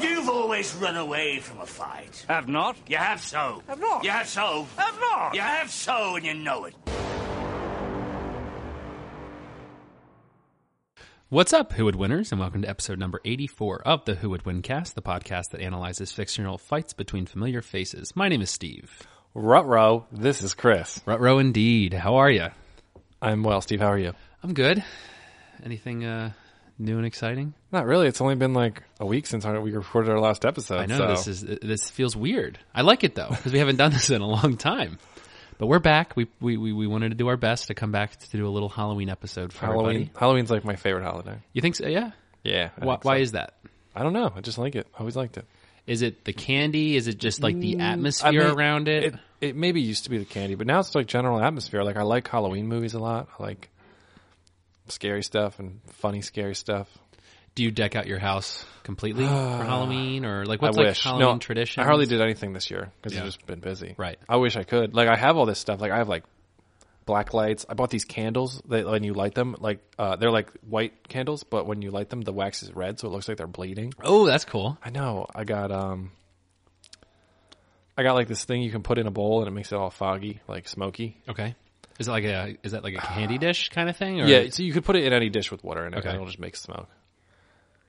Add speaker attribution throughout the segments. Speaker 1: You've always run away from a fight.
Speaker 2: Have not?
Speaker 1: You have so.
Speaker 2: Have not?
Speaker 1: You have so.
Speaker 2: Have not?
Speaker 1: You have so, and you know it.
Speaker 3: What's up, Who Would Winners, and welcome to episode number 84 of the Who Would Win cast, the podcast that analyzes fictional fights between familiar faces. My name is Steve.
Speaker 4: Rutro, this is Chris.
Speaker 3: Rutro indeed. How are you?
Speaker 4: I'm well, Steve. How are you?
Speaker 3: I'm good. Anything uh, new and exciting?
Speaker 4: Not really. It's only been like a week since our, we recorded our last episode.
Speaker 3: I know
Speaker 4: so.
Speaker 3: this is this feels weird. I like it though because we haven't done this in a long time. But we're back. We, we we we wanted to do our best to come back to do a little Halloween episode for
Speaker 4: Halloween.
Speaker 3: everybody.
Speaker 4: Halloween's like my favorite holiday.
Speaker 3: You think so? Yeah.
Speaker 4: Yeah. I
Speaker 3: Why,
Speaker 4: think so.
Speaker 3: why is that?
Speaker 4: I don't know. I just like it. I always liked it.
Speaker 3: Is it the candy? Is it just like the atmosphere
Speaker 4: Mm, I mean,
Speaker 3: around it?
Speaker 4: It it maybe used to be the candy, but now it's like general atmosphere. Like I like Halloween movies a lot. I like scary stuff and funny scary stuff.
Speaker 3: Do you deck out your house completely for Halloween or like what's
Speaker 4: I
Speaker 3: like
Speaker 4: wish.
Speaker 3: Halloween
Speaker 4: no,
Speaker 3: tradition?
Speaker 4: I hardly did anything this year because
Speaker 3: Yeah.
Speaker 4: I've just been busy.
Speaker 3: Right.
Speaker 4: I wish I could. Like I have all this stuff. Like I have like black lights. I bought these candles that when you light them, like uh, they're like white candles, but when you light them, the wax is red, so it looks like they're bleeding.
Speaker 3: Oh, that's cool.
Speaker 4: I know. I got um. I got like this thing you can put in a bowl and it makes it all foggy, like smoky.
Speaker 3: Okay. Is it like a is that like a candy dish kind of thing? Or
Speaker 4: Yeah, so you could put it in any dish with water in it,
Speaker 3: Okay.
Speaker 4: and it'll just make smoke.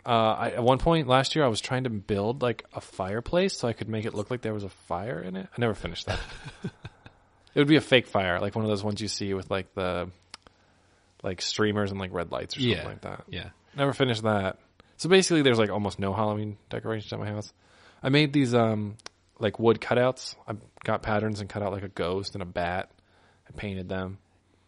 Speaker 4: Uh, I, at one point last year, I was trying to build like a fireplace so I could make it look like there was a fire in it. I never finished that. it would be a fake fire, like one of those ones you see with like the like streamers and like red lights or something
Speaker 3: yeah,
Speaker 4: like that.
Speaker 3: Yeah.
Speaker 4: Never finished that. So basically, there's like almost no Halloween decorations at my house. I made these um like wood cutouts. I got patterns and cut out like a ghost and a bat. I painted them.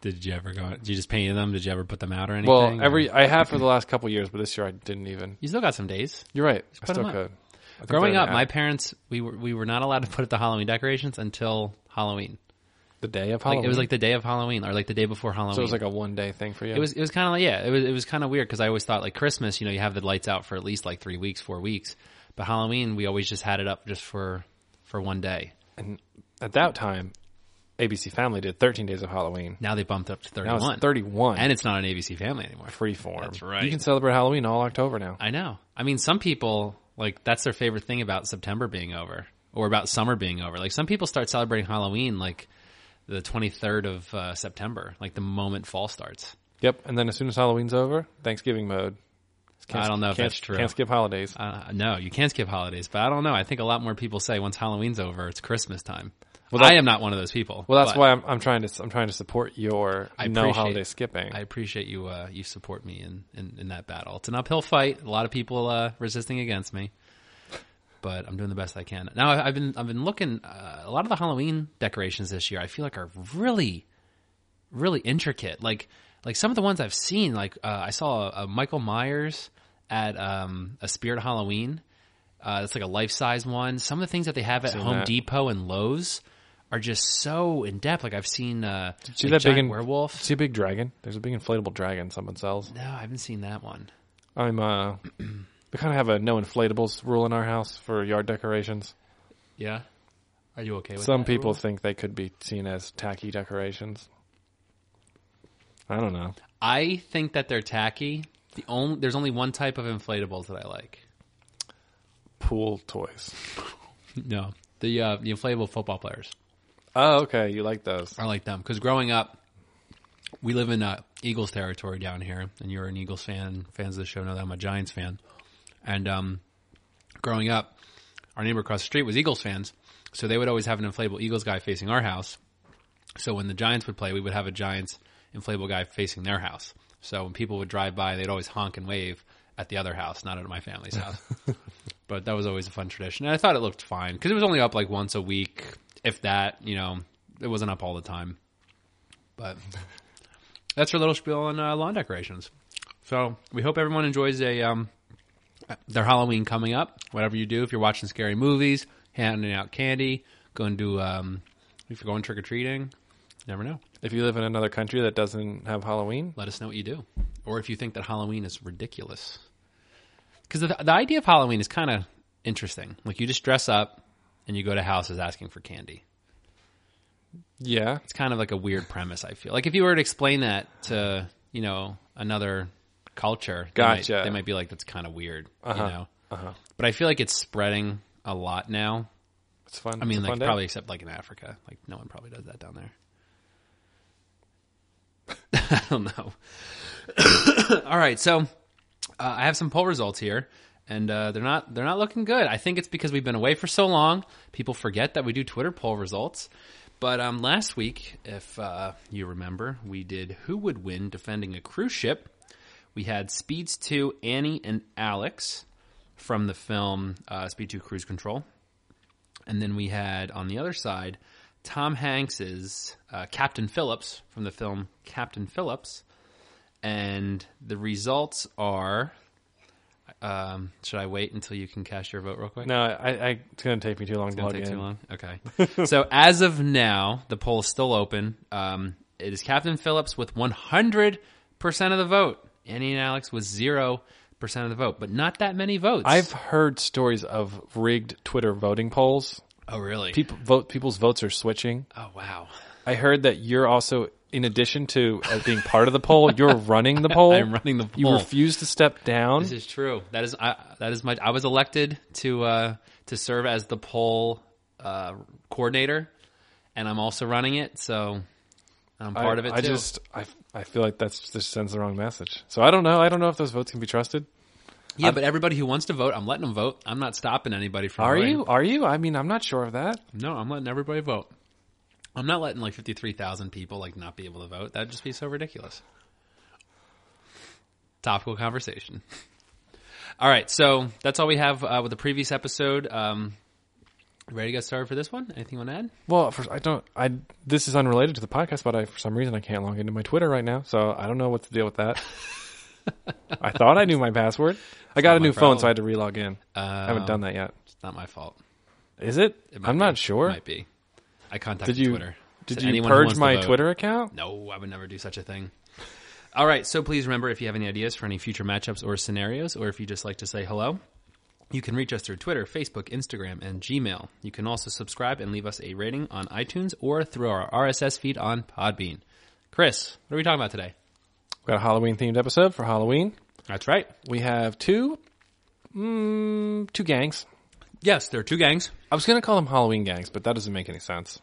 Speaker 3: Did you ever go? Did you just paint them? Did you ever put them out or anything?
Speaker 4: Well, every
Speaker 3: or-
Speaker 4: I have for the last couple years, but this year I didn't even.
Speaker 3: you still got some days.
Speaker 4: You're right. I
Speaker 3: put
Speaker 4: still
Speaker 3: 'em up.
Speaker 4: could. I think
Speaker 3: Growing
Speaker 4: they're
Speaker 3: up,
Speaker 4: an
Speaker 3: my
Speaker 4: app-
Speaker 3: parents we were we were not allowed to put up the Halloween decorations until Halloween.
Speaker 4: the day of
Speaker 3: Like
Speaker 4: Halloween.
Speaker 3: it was like the day of Halloween or like the day before Halloween.
Speaker 4: so it was like a one day thing for you.
Speaker 3: It was it was kind of like yeah, it was it was kind of weird because I always thought like Christmas, you know, you have the lights out for at least like three weeks, four weeks, but Halloween we always just had it up just for for one day.
Speaker 4: and at that time, ABC Family did 13 days of Halloween.
Speaker 3: Now they bumped up to thirty
Speaker 4: Now
Speaker 3: one.
Speaker 4: it's 31
Speaker 3: and it's not an ABC Family anymore.
Speaker 4: freeform.
Speaker 3: That's right.
Speaker 4: You can celebrate Halloween all October now.
Speaker 3: I know. I mean, some people like that's their favorite thing about September being over or about summer being over. Like some people start celebrating Halloween like the twenty third of uh, September, like the moment fall starts.
Speaker 4: Yep. And then as soon as Halloween's over, Thanksgiving mode.
Speaker 3: I don't know if
Speaker 4: can't-
Speaker 3: that's true.
Speaker 4: Can't skip holidays.
Speaker 3: Uh, no, you can't skip holidays, but I don't know. I think a lot more people say once Halloween's over, it's Christmas time.
Speaker 4: Well,
Speaker 3: I
Speaker 4: that-
Speaker 3: am not one of those people.
Speaker 4: well, that's
Speaker 3: but
Speaker 4: why I'm, I'm trying to I'm trying to support your
Speaker 3: I
Speaker 4: no
Speaker 3: appreciate-
Speaker 4: holiday skipping.
Speaker 3: I appreciate you. Uh, you support me in, in in that battle. It's an uphill fight. A lot of people uh, resisting against me, but I'm doing the best I can. Now I- I've been I've been looking uh, a lot of the Halloween decorations this year. I feel like are really, really intricate. Like like some of the ones I've seen. Like uh, I saw a, a Michael Myers at um, a Spirit Halloween. Uh, it's like a life size one. Some of the things that they have at Home
Speaker 4: that.
Speaker 3: Depot and Lowe's are just so in depth. Like I've seen uh,
Speaker 4: See
Speaker 3: like
Speaker 4: that
Speaker 3: giant
Speaker 4: big in,
Speaker 3: werewolf.
Speaker 4: See a big dragon. There's a big inflatable dragon someone sells.
Speaker 3: No, I haven't seen that one.
Speaker 4: I'm uh we kind of have a no inflatables rule in our house for yard decorations.
Speaker 3: Yeah. Are you okay with
Speaker 4: Some
Speaker 3: that
Speaker 4: people
Speaker 3: rule?
Speaker 4: think they could be seen as tacky decorations. I don't know.
Speaker 3: I think that they're tacky. The only there's only one type of inflatables that I like.
Speaker 4: Pool toys.
Speaker 3: No, the uh, the inflatable football players.
Speaker 4: Oh, okay. You like those.
Speaker 3: I like them because growing up, we live in uh, Eagles territory down here, and you're an Eagles fan. Fans of the show know that I'm a Giants fan, and um, growing up, our neighbor across the street was Eagles fans, so they would always have an inflatable Eagles guy facing our house. So when the Giants would play, we would have a Giants inflatable guy facing their house. So when people would drive by, they'd always honk and wave at the other house, not at my family's house. but that was always a fun tradition. And I thought it looked fine because it was only up like once a week, if that. You know, it wasn't up all the time. But that's our little spiel on uh, lawn decorations. So we hope everyone enjoys a um, their Halloween coming up. Whatever you do, if you're watching scary movies, handing out candy, going to um, if you're going trick or treating, never know.
Speaker 4: If you live in another country that doesn't have Halloween,
Speaker 3: Let us know what you do, or if you think that Halloween is ridiculous. Because the, the idea of Halloween is kind of interesting. Like you just dress up and you go to houses asking for candy.
Speaker 4: yeah,
Speaker 3: It's kind of like a weird premise. I feel like if you were to explain that to you know another culture, they might- They
Speaker 4: Gotcha.
Speaker 3: might, be like, "That's kind of weird," you know. But I feel like it's spreading a lot now.
Speaker 4: it's fun.
Speaker 3: I mean,
Speaker 4: it's a
Speaker 3: like
Speaker 4: fun day.
Speaker 3: probably except like in Africa, like no one probably does that down there. I don't know. All right, so uh, I have some poll results here, and uh, they're not they're not looking good. I think it's because we've been away for so long. People forget that we do Twitter poll results. But um, last week, if uh, you remember, we did who would win defending a cruise ship. We had Speeds Two, Annie and Alex from the film uh, Speed Two Cruise Control. And then we had on the other side Tom Hanks's uh, Captain Phillips from the film Captain Phillips. And the results are. Um, should I wait until you can cast your vote real quick?
Speaker 4: No, I, I, it's going to take me too long to
Speaker 3: Didn't
Speaker 4: log
Speaker 3: take
Speaker 4: in.
Speaker 3: too long. Okay. so as of now, the poll is still open. Um, it is Captain Phillips with 100% of the vote. Annie and Alex with 0% of the vote, but not that many votes.
Speaker 4: I've heard stories of rigged Twitter voting polls.
Speaker 3: Oh, really?
Speaker 4: People vote. People's votes are switching.
Speaker 3: oh, wow.
Speaker 4: I heard that you're also, in addition to as being part of the poll, you're running the poll.
Speaker 3: I'm running the
Speaker 4: You
Speaker 3: poll.
Speaker 4: refuse to step down.
Speaker 3: This is true. That is I, that is my. I was elected to uh, to serve as the poll uh, coordinator, and I'm also running it, so I'm
Speaker 4: I-
Speaker 3: part of it
Speaker 4: I
Speaker 3: too.
Speaker 4: just, I, I feel like that's just sends the wrong message. So I don't know. I don't know if those votes can be trusted.
Speaker 3: yeah, but everybody who wants to vote, I'm letting them vote. I'm not stopping anybody from.
Speaker 4: Are
Speaker 3: voting.
Speaker 4: you? Are you? I mean, I'm not sure of that.
Speaker 3: No, I'm letting everybody vote. I'm not letting like 53,000 people like not be able to vote. That'd just be so ridiculous. Topical conversation. All right, so that's all we have uh, with the previous episode. Um, ready to get started for this one? Anything you want to add?
Speaker 4: Well, for, I don't. I this is unrelated to the podcast, but I for some reason I can't log into my Twitter right now, so I don't know what to deal with that. I thought I knew my password. I got a
Speaker 3: my
Speaker 4: new
Speaker 3: problem.
Speaker 4: phone, so I had to relog in. I haven't done that yet.
Speaker 3: It's not my fault.
Speaker 4: Is it?
Speaker 3: It might
Speaker 4: I'm
Speaker 3: be.
Speaker 4: not sure.
Speaker 3: It might be. I contacted
Speaker 4: Did you
Speaker 3: Twitter.
Speaker 4: did
Speaker 3: Said
Speaker 4: you
Speaker 3: anyone who
Speaker 4: purge
Speaker 3: wants to
Speaker 4: my
Speaker 3: vote-
Speaker 4: Twitter account?
Speaker 3: No, I would never do such a thing. All right, so please remember if you have any ideas for any future matchups or scenarios, or if you just like to say hello, you can reach us through Twitter, Facebook, Instagram, and Gmail. You can also subscribe and leave us a rating on iTunes or through our RSS feed on Podbean. Chris, what are we talking about today?
Speaker 4: We got a Halloween themed episode for Halloween.
Speaker 3: That's right.
Speaker 4: We have two, mm, two gangs.
Speaker 3: Yes, there are two gangs,
Speaker 4: I was gonna call them Halloween gangs, but that doesn't make any sense.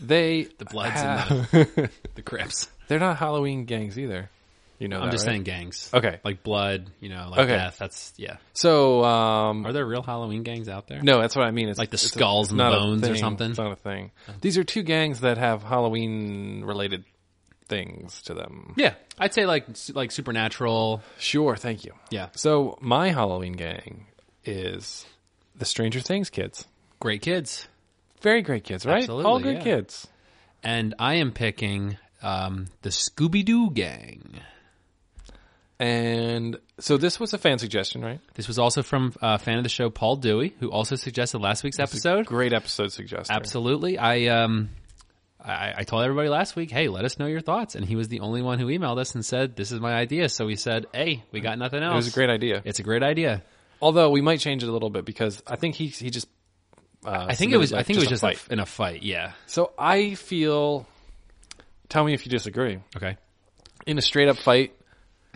Speaker 4: They
Speaker 3: the Bloods
Speaker 4: have-
Speaker 3: and the, the Crips.
Speaker 4: they're not Halloween gangs either. You know,
Speaker 3: I'm
Speaker 4: that,
Speaker 3: just
Speaker 4: right?
Speaker 3: saying gangs.
Speaker 4: Okay.
Speaker 3: Like blood, you know, like
Speaker 4: Okay.
Speaker 3: death. That's, yeah.
Speaker 4: So um,
Speaker 3: Are there real Halloween gangs out there?
Speaker 4: No, that's what I mean. It's
Speaker 3: Like the
Speaker 4: it's a-
Speaker 3: skulls
Speaker 4: it's
Speaker 3: and the
Speaker 4: not a
Speaker 3: bones or
Speaker 4: thing.
Speaker 3: something? Oh.
Speaker 4: It's not a thing. These are two gangs that have Halloween related things to them.
Speaker 3: Yeah, I'd say like like supernatural.
Speaker 4: Sure, thank you.
Speaker 3: Yeah.
Speaker 4: So my Halloween gang is the Stranger Things kids.
Speaker 3: Great kids.
Speaker 4: Very great kids, right?
Speaker 3: Absolutely,
Speaker 4: All good
Speaker 3: yeah.
Speaker 4: kids.
Speaker 3: And I am picking um, the Scooby Doo gang.
Speaker 4: And so this was a fan suggestion, right?
Speaker 3: This was also from uh, fan of the show Paul Dewey, who also suggested last week's episode.
Speaker 4: Great episode suggestion.
Speaker 3: Absolutely, I um, I, I told everybody last week, hey, let us know your thoughts, and he was the only one who emailed us and said this is my idea. So we said, hey, we got nothing else.
Speaker 4: It was a great idea.
Speaker 3: It's a great idea.
Speaker 4: Although we might change it a little bit because I think he he just uh,
Speaker 3: I think it was.
Speaker 4: submitted,
Speaker 3: I
Speaker 4: like,
Speaker 3: think it was just
Speaker 4: a
Speaker 3: a
Speaker 4: fight.
Speaker 3: f in a fight. Yeah.
Speaker 4: So I feel. Tell me if you disagree.
Speaker 3: Okay.
Speaker 4: in a straight up fight,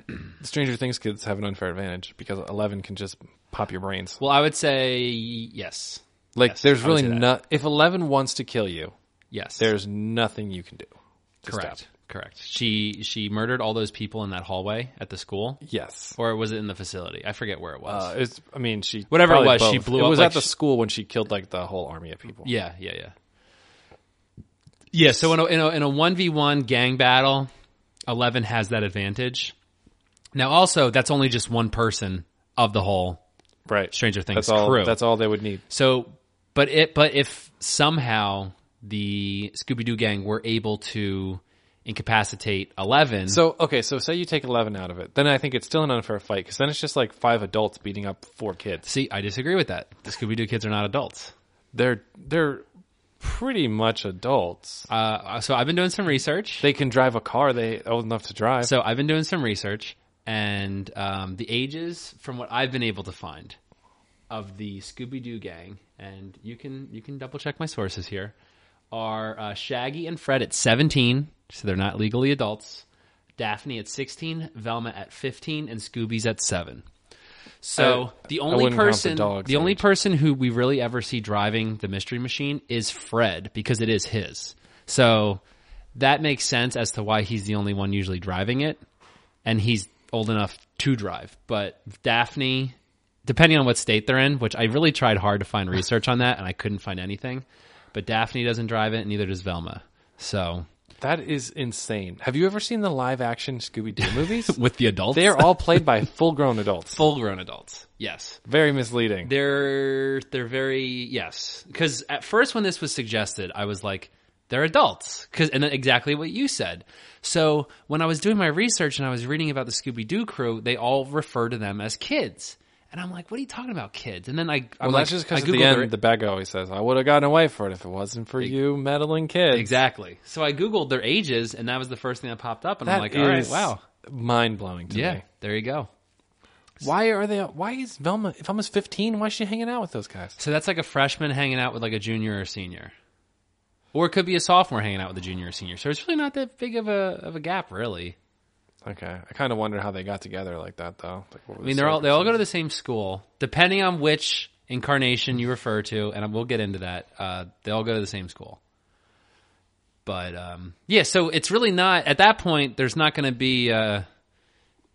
Speaker 4: the Stranger Things kids have an unfair advantage because Eleven can just pop your brains.
Speaker 3: Well, I would say yes.
Speaker 4: Like
Speaker 3: yes,
Speaker 4: there's
Speaker 3: I would
Speaker 4: really
Speaker 3: say that.
Speaker 4: not. If Eleven wants to kill you,
Speaker 3: Yes.
Speaker 4: there's nothing you can do. to
Speaker 3: Correct.
Speaker 4: stop.
Speaker 3: Correct. She she murdered all those people in that hallway at the school,
Speaker 4: Yes.
Speaker 3: or was it in the facility? I forget where it was.
Speaker 4: Uh, it's. I mean, she
Speaker 3: Whatever it
Speaker 4: probably
Speaker 3: was, she
Speaker 4: both.
Speaker 3: blew
Speaker 4: It
Speaker 3: up,
Speaker 4: was
Speaker 3: like,
Speaker 4: at the
Speaker 3: she-
Speaker 4: school when she killed like the whole army of people.
Speaker 3: yeah, yeah, yeah. Yeah. So in a in a in a one v one gang battle, eleven has that advantage. Now, also, that's only just one person of the whole
Speaker 4: Right.
Speaker 3: Stranger Things
Speaker 4: That's all.
Speaker 3: crew.
Speaker 4: That's all they would need.
Speaker 3: So, but it, but if somehow the Scooby Doo gang were able to incapacitate eleven.
Speaker 4: So okay, so say you take eleven out of it, then I think it's still an unfair fight because then it's just like five adults beating up four kids.
Speaker 3: see, I disagree with that. The Scooby Doo kids are not adults.
Speaker 4: They're they're pretty much adults.
Speaker 3: Uh, so I've been doing some research.
Speaker 4: They can drive a car. They old enough to drive.
Speaker 3: So I've been doing some research, and um, the ages, from what I've been able to find, of the Scooby Doo gang, and you can you can double check my sources here, are uh, Shaggy and Fred at seventeen, so they're not legally adults. Daphne at sixteen, Velma at fifteen, and Scooby's at seven. So
Speaker 4: I-
Speaker 3: the
Speaker 4: I
Speaker 3: only
Speaker 4: wouldn't count the
Speaker 3: person, the,
Speaker 4: dog's
Speaker 3: only
Speaker 4: age.
Speaker 3: person who we really ever see driving the Mystery Machine is Fred because it is his. So that makes sense as to why he's the only one usually driving it, and he's old enough to drive. But Daphne, depending on what state they're in, which I really tried hard to find research on that, and I couldn't find anything. But Daphne doesn't drive it, and neither does Velma. So
Speaker 4: that is insane. Have you ever seen the live action Scooby Doo movies?
Speaker 3: with the adults,
Speaker 4: they are all played by full grown adults.
Speaker 3: full grown adults. Yes.
Speaker 4: Very misleading.
Speaker 3: They're they're very yes. Because at first, when this was suggested, I was like, "They're adults," 'Cause- and then exactly what you said. So when I was doing my research and I was reading about the Scooby Doo crew, they all refer to them as kids, and I'm like, "What are you talking about, kids?" And then I I'm
Speaker 4: well,
Speaker 3: like,
Speaker 4: that's just because
Speaker 3: I
Speaker 4: at the
Speaker 3: Googled
Speaker 4: end,
Speaker 3: their-
Speaker 4: the bad guy always says, "I would have gotten away for it if it wasn't for you meddling kids."
Speaker 3: exactly. So I googled their ages, and that was the first thing that popped up, and
Speaker 4: That
Speaker 3: I'm like, "All right,
Speaker 4: is
Speaker 3: wow,
Speaker 4: mind blowing to
Speaker 3: yeah,
Speaker 4: me.
Speaker 3: there you go."
Speaker 4: Why are they? Why is Velma? If Velma's fifteen, why is she hanging out with those guys?
Speaker 3: So that's like a freshman hanging out with like a junior or senior. Or it could be a sophomore hanging out with a junior or senior. So it's really not that big of a of a gap, really.
Speaker 4: Okay, I kind of wonder how they got together like that, though. Like, what were
Speaker 3: I mean, they're all they all go to the same school, depending on which incarnation you refer to, and we'll get into that. Uh, they all go to the same school, but um, yeah, so it's really not at that point. There's not going to be uh,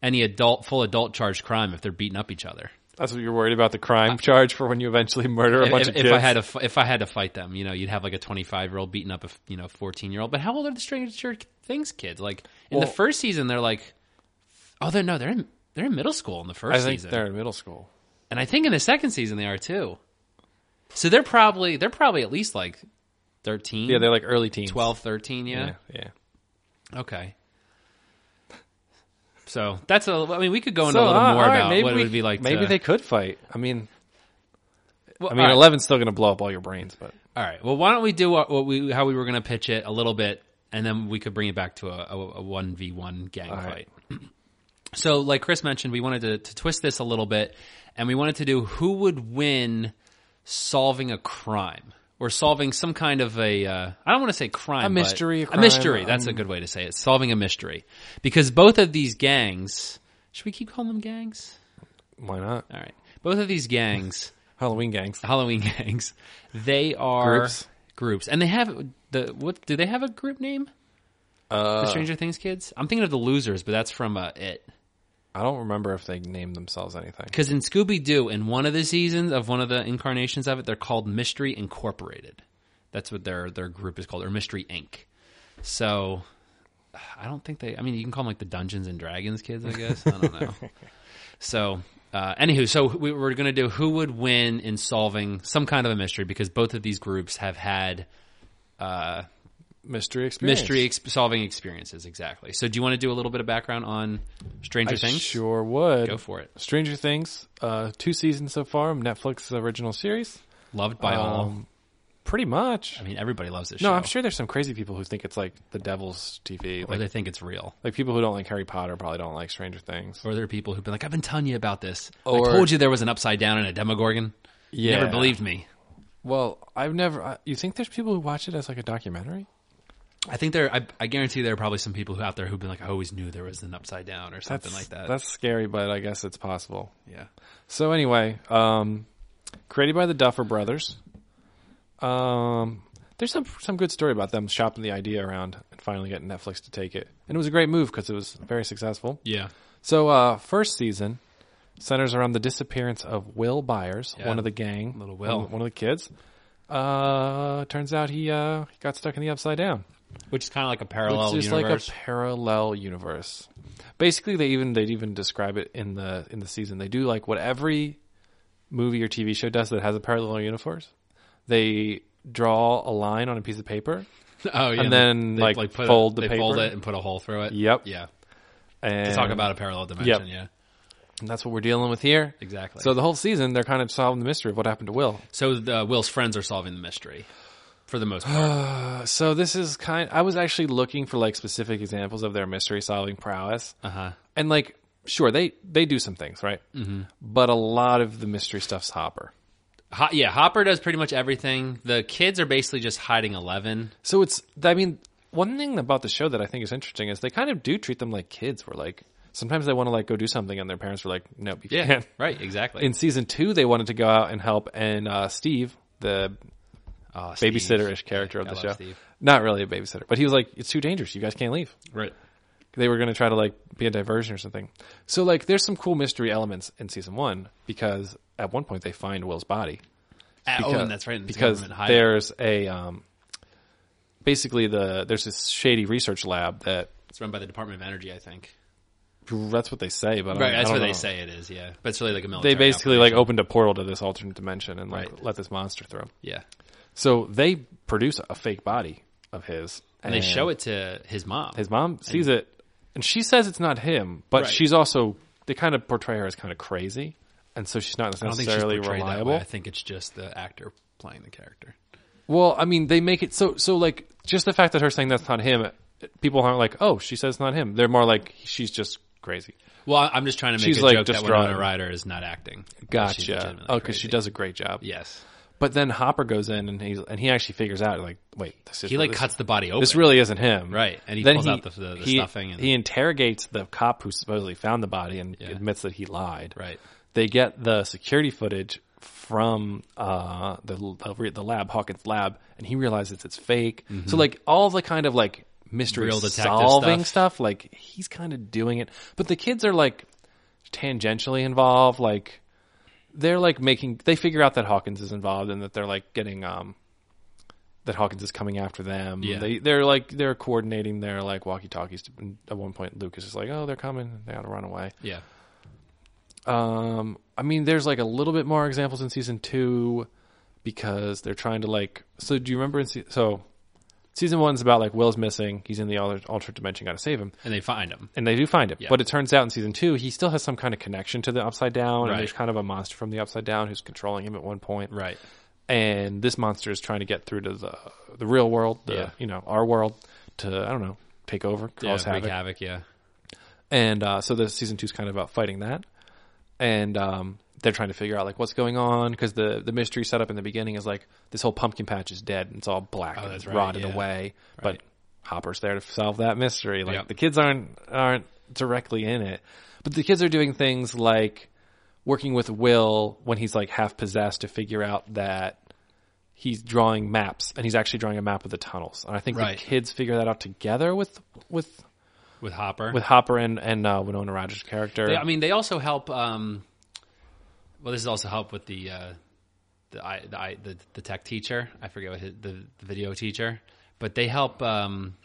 Speaker 3: any adult full adult charged crime if they're beating up each other.
Speaker 4: That's what you're worried about the crime charge for when you eventually murder a
Speaker 3: If-
Speaker 4: bunch
Speaker 3: if,
Speaker 4: of kids.
Speaker 3: if I had to, fi- if I had to fight them, you know, you'd have like a 25 year old beating up a f- you know 14 year old. But how old are the Stranger Things kids? Like in the
Speaker 4: Well-
Speaker 3: first season, they're like, oh, they're no, they're in they're in middle school in the first
Speaker 4: I think
Speaker 3: season,
Speaker 4: they're in middle school.
Speaker 3: and I think in the second season they are too. So they're probably they're probably at least like 13,
Speaker 4: Yeah, they're like early teens.
Speaker 3: 12, 13, yeah.
Speaker 4: Yeah, yeah.
Speaker 3: Okay. So that's a. I mean, we could go into
Speaker 4: So,
Speaker 3: a little
Speaker 4: uh,
Speaker 3: more
Speaker 4: all right,
Speaker 3: about
Speaker 4: maybe
Speaker 3: what
Speaker 4: we-
Speaker 3: it would be like.
Speaker 4: Maybe
Speaker 3: to,
Speaker 4: they could fight. I mean,
Speaker 3: Well,
Speaker 4: I
Speaker 3: all
Speaker 4: mean,
Speaker 3: right.
Speaker 4: eleven's still going to blow up all your brains, but
Speaker 3: All right. Well, why don't we do what, what we how we were going to pitch it a little bit, and then we could bring it back to a one v one gang fight.
Speaker 4: right.
Speaker 3: so, like Chris mentioned, we wanted to, to twist this a little bit, and we wanted to do who would win solving a crime or solving some kind of a uh, I don't want to say crime,
Speaker 4: A
Speaker 3: but-
Speaker 4: mystery, a
Speaker 3: a
Speaker 4: crime,
Speaker 3: mystery. That's a
Speaker 4: um,
Speaker 3: good way to say it. Solving a mystery because both of these gangs. Should we keep calling them gangs?
Speaker 4: why not?
Speaker 3: All right. Both of these gangs.
Speaker 4: Halloween gangs.
Speaker 3: Halloween gangs. They are
Speaker 4: Groups.
Speaker 3: groups. and they have the what? Do they have a group name? the Stranger Things kids. I'm thinking of the losers, but that's from uh, it.
Speaker 4: I don't remember if they named themselves anything.
Speaker 3: Because in Scooby Doo, in one of the seasons of one of the incarnations of it, they're called Mystery Incorporated. That's what their their group is called, or Mystery Inc. So I don't think they. I mean, you can call them like the Dungeons and Dragons kids, I guess. I don't know. so, uh, anywho, so we were going to do who would win in solving some kind of a mystery because both of these groups have had
Speaker 4: Mystery experience.
Speaker 3: mystery ex- solving experiences. Exactly. So, do you want to do a little bit of background on Stranger
Speaker 4: I
Speaker 3: Things?
Speaker 4: sure would.
Speaker 3: Go for it.
Speaker 4: Stranger Things, uh, two seasons so far, Netflix's original series.
Speaker 3: Loved by all.
Speaker 4: Um, Pretty much.
Speaker 3: I mean, everybody loves this
Speaker 4: no,
Speaker 3: show.
Speaker 4: I'm sure there's some crazy people who think it's like the devil's TV.
Speaker 3: Or
Speaker 4: Like,
Speaker 3: they think it's real.
Speaker 4: like people who don't like Harry Potter probably don't like Stranger Things.
Speaker 3: Or there are people who've been like, I've been telling you about this.
Speaker 4: Or-
Speaker 3: I told you there was an upside down and a demogorgon. You
Speaker 4: Yeah.
Speaker 3: Never believed me.
Speaker 4: Well, I've never. I, you think there's people who watch it as like a documentary?
Speaker 3: I think there, I, I guarantee there are probably some people who out there who've been like, I always knew there was an upside down or something like that.
Speaker 4: That's scary, but I guess it's possible.
Speaker 3: yeah.
Speaker 4: So anyway, um, created by the Duffer Brothers. Um, there's some some good story about them shopping the idea around and finally getting Netflix to take it, and it was a great move because it was very successful.
Speaker 3: Yeah.
Speaker 4: So uh, first season centers around the disappearance of Will Byers,
Speaker 3: Yeah.
Speaker 4: one of the gang,
Speaker 3: Little Will.
Speaker 4: one, one of the kids. Uh, turns out he uh he got stuck in the upside down.
Speaker 3: Which is kind of like a
Speaker 4: It's
Speaker 3: parallel
Speaker 4: just
Speaker 3: universe.
Speaker 4: like a parallel universe. Basically, they even they even describe it in the in the season. They do like what every movie or TV show does that has a parallel universe. They draw a line on a piece of paper
Speaker 3: Oh, yeah.
Speaker 4: And then,
Speaker 3: they,
Speaker 4: like,
Speaker 3: put a-
Speaker 4: fold the
Speaker 3: they fold
Speaker 4: paper.
Speaker 3: it and put a hole through it.
Speaker 4: Yep.
Speaker 3: Yeah.
Speaker 4: And
Speaker 3: To talk about a parallel dimension. Yeah.
Speaker 4: And that's what we're dealing with here.
Speaker 3: Exactly.
Speaker 4: So the whole season, they're kind of solving the mystery of what happened to Will.
Speaker 3: So the, Will's friends are solving the mystery for the most part.
Speaker 4: So this is kind. I was actually looking for like specific examples of their mystery solving prowess. Uh
Speaker 3: Uh-huh.
Speaker 4: huh. And like, sure, they they do some things right, mm-hmm. but a lot of the mystery stuff's Hopper.
Speaker 3: Ho- yeah. Hopper does pretty much everything. The kids are basically just hiding Eleven.
Speaker 4: So it's. I mean, one thing about the show that I think is interesting is they kind of do treat them like kids. Where like sometimes they want to like go do something, and their parents were like, "No, you can't."
Speaker 3: Right. Exactly.
Speaker 4: In season two, they wanted to go out and help, and uh, Steve, the
Speaker 3: Oh, Steve.
Speaker 4: babysitter-ish character of
Speaker 3: I
Speaker 4: the
Speaker 3: love
Speaker 4: show,
Speaker 3: Steve.
Speaker 4: not really a babysitter, but he was like, "It's too dangerous. You guys can't leave."
Speaker 3: Right.
Speaker 4: they were going to try to like be a diversion or something. So like there's some cool mystery elements in season 1 because at one point they find Will's body.
Speaker 3: Ah,
Speaker 4: Because,
Speaker 3: oh, and that's right. in the
Speaker 4: Because
Speaker 3: government hideout.
Speaker 4: there's a um basically the there's this shady research lab that
Speaker 3: it's run by the Department of Energy, I think.
Speaker 4: that's what they say but I don't-
Speaker 3: Right.
Speaker 4: I
Speaker 3: That's
Speaker 4: don't
Speaker 3: what they
Speaker 4: know.
Speaker 3: say it is. Yeah. But it's really like a military.
Speaker 4: They basically
Speaker 3: operation.
Speaker 4: like opened a portal to this alternate dimension and like
Speaker 3: Right.
Speaker 4: let this monster through.
Speaker 3: Yeah.
Speaker 4: So they produce a fake body of his
Speaker 3: And they show it to his mom.
Speaker 4: His mom sees it, and she says it's not him, but
Speaker 3: Right.
Speaker 4: she's also they kind of portray her as kind of crazy, and so she's not
Speaker 3: I don't think she's
Speaker 4: necessarily
Speaker 3: portrayed that
Speaker 4: reliable.
Speaker 3: way. I think it's just the actor playing the character.
Speaker 4: Well, I mean, they make it so so like just the fact that her saying that's not him, people aren't like, oh, she says it's not him. They're more like she's just crazy.
Speaker 3: Well, I- I'm just trying to make
Speaker 4: She's,
Speaker 3: a
Speaker 4: like,
Speaker 3: joke that
Speaker 4: distraught.
Speaker 3: Winona Ryder is not acting.
Speaker 4: Gotcha.
Speaker 3: She's legitimately
Speaker 4: oh, because she
Speaker 3: crazy.
Speaker 4: does a great job.
Speaker 3: Yes.
Speaker 4: But then Hopper goes in and he's and he actually figures out like, wait, this is
Speaker 3: He like
Speaker 4: this-
Speaker 3: cuts the body open.
Speaker 4: This really isn't him,
Speaker 3: Right, and he pulls out the- the- the
Speaker 4: he,
Speaker 3: stuffing and-
Speaker 4: he interrogates the cop who supposedly found the body and
Speaker 3: Yeah.
Speaker 4: admits that he lied.
Speaker 3: Right.
Speaker 4: they get the security footage from uh, the, the the lab, Hawkins' lab, and he realizes it's fake. So like all the kind of like mystery
Speaker 3: Mm-hmm. Real detective
Speaker 4: solving
Speaker 3: stuff.
Speaker 4: stuff. like he's kind of doing it. But the kids are like tangentially involved. Like they're like making they figure out that Hawkins is involved and that they're like getting um that Hawkins is coming after them.
Speaker 3: Yeah.
Speaker 4: They they're like they're coordinating their like walkie talkies. At one point, Lucas is like, "Oh, they're coming. They gotta run away."
Speaker 3: Yeah.
Speaker 4: Um, I mean, there's like a little bit more examples in season two because they're trying to like. So do you remember? In se- so season one's about like Will's missing. He's in the alter- alternate dimension. Got to save him,
Speaker 3: And they find him.
Speaker 4: and they do find him.
Speaker 3: Yeah.
Speaker 4: But it turns out in season two, he still has some kind of connection to the Upside Down.
Speaker 3: Right.
Speaker 4: And there's kind of a monster from the Upside Down who's controlling him at one point.
Speaker 3: Right.
Speaker 4: And this monster is trying to get through to the the real world, the
Speaker 3: Yeah.
Speaker 4: you know our world, to I don't know take over,
Speaker 3: Yeah,
Speaker 4: cause
Speaker 3: Big
Speaker 4: havoc.
Speaker 3: havoc. Yeah.
Speaker 4: And uh, so the season two is kind of about fighting that, and um, they're trying to figure out like what's going on because the the mystery set up in the beginning is like this whole pumpkin patch is dead and it's all black and
Speaker 3: Oh, that's
Speaker 4: it's
Speaker 3: right,
Speaker 4: rotted
Speaker 3: yeah.
Speaker 4: away,
Speaker 3: Right.
Speaker 4: but Hopper's there to solve that mystery. Like
Speaker 3: Yep.
Speaker 4: the kids aren't aren't directly in it, but the kids are doing things like working with Will when he's like half possessed to figure out that. He's drawing maps, and he's actually drawing a map of the tunnels. And I think
Speaker 3: Right.
Speaker 4: the kids figure that out together with with
Speaker 3: With Hopper.
Speaker 4: with Hopper and and uh, Winona Rogers' character.
Speaker 3: They- I mean, they also help. Um, well, this is also help with the uh, the, I, the, I, the the tech teacher. I forget what his, the, the video teacher, but they help um,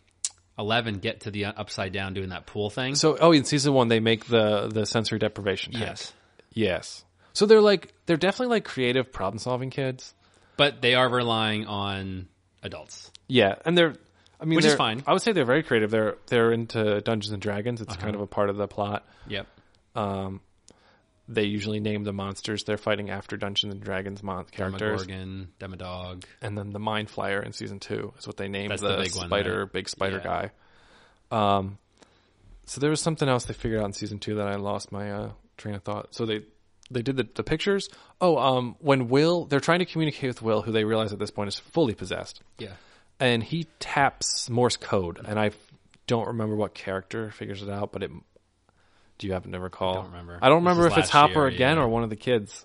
Speaker 3: Eleven get to the upside down doing that pool thing.
Speaker 4: so oh, in season one, they make the the sensory deprivation. hack.
Speaker 3: yes,
Speaker 4: yes. So they're like they're definitely like creative problem solving kids.
Speaker 3: but they are relying on adults.
Speaker 4: Yeah, and they're. I mean,
Speaker 3: Which is
Speaker 4: they're-
Speaker 3: fine. Uh-huh.
Speaker 4: I would say they're very creative. They're they're into Dungeons and Dragons. It's kind of a part of the plot.
Speaker 3: Yep.
Speaker 4: They usually name the monsters they're fighting after Dungeons and Dragons mon- characters,
Speaker 3: Demogorgon, Demodog.
Speaker 4: and then the Mind Flyer in season two is what they named
Speaker 3: That's
Speaker 4: the,
Speaker 3: the big one,
Speaker 4: spider,
Speaker 3: right?
Speaker 4: big spider
Speaker 3: Yeah.
Speaker 4: guy. Um, so there was something else they figured out in season two that I lost my uh, train of thought. So they they did the, the pictures. Oh, um, when Will they're trying to communicate with Will, who they realize at this point is fully possessed,
Speaker 3: Yeah.
Speaker 4: and he taps Morse code, and I don't remember what character figures it out, but it. Do you happen to recall? I
Speaker 3: don't remember.
Speaker 4: I don't
Speaker 3: This
Speaker 4: remember
Speaker 3: is
Speaker 4: if it's
Speaker 3: last
Speaker 4: Hopper
Speaker 3: year,
Speaker 4: again
Speaker 3: yeah.
Speaker 4: or one of the kids.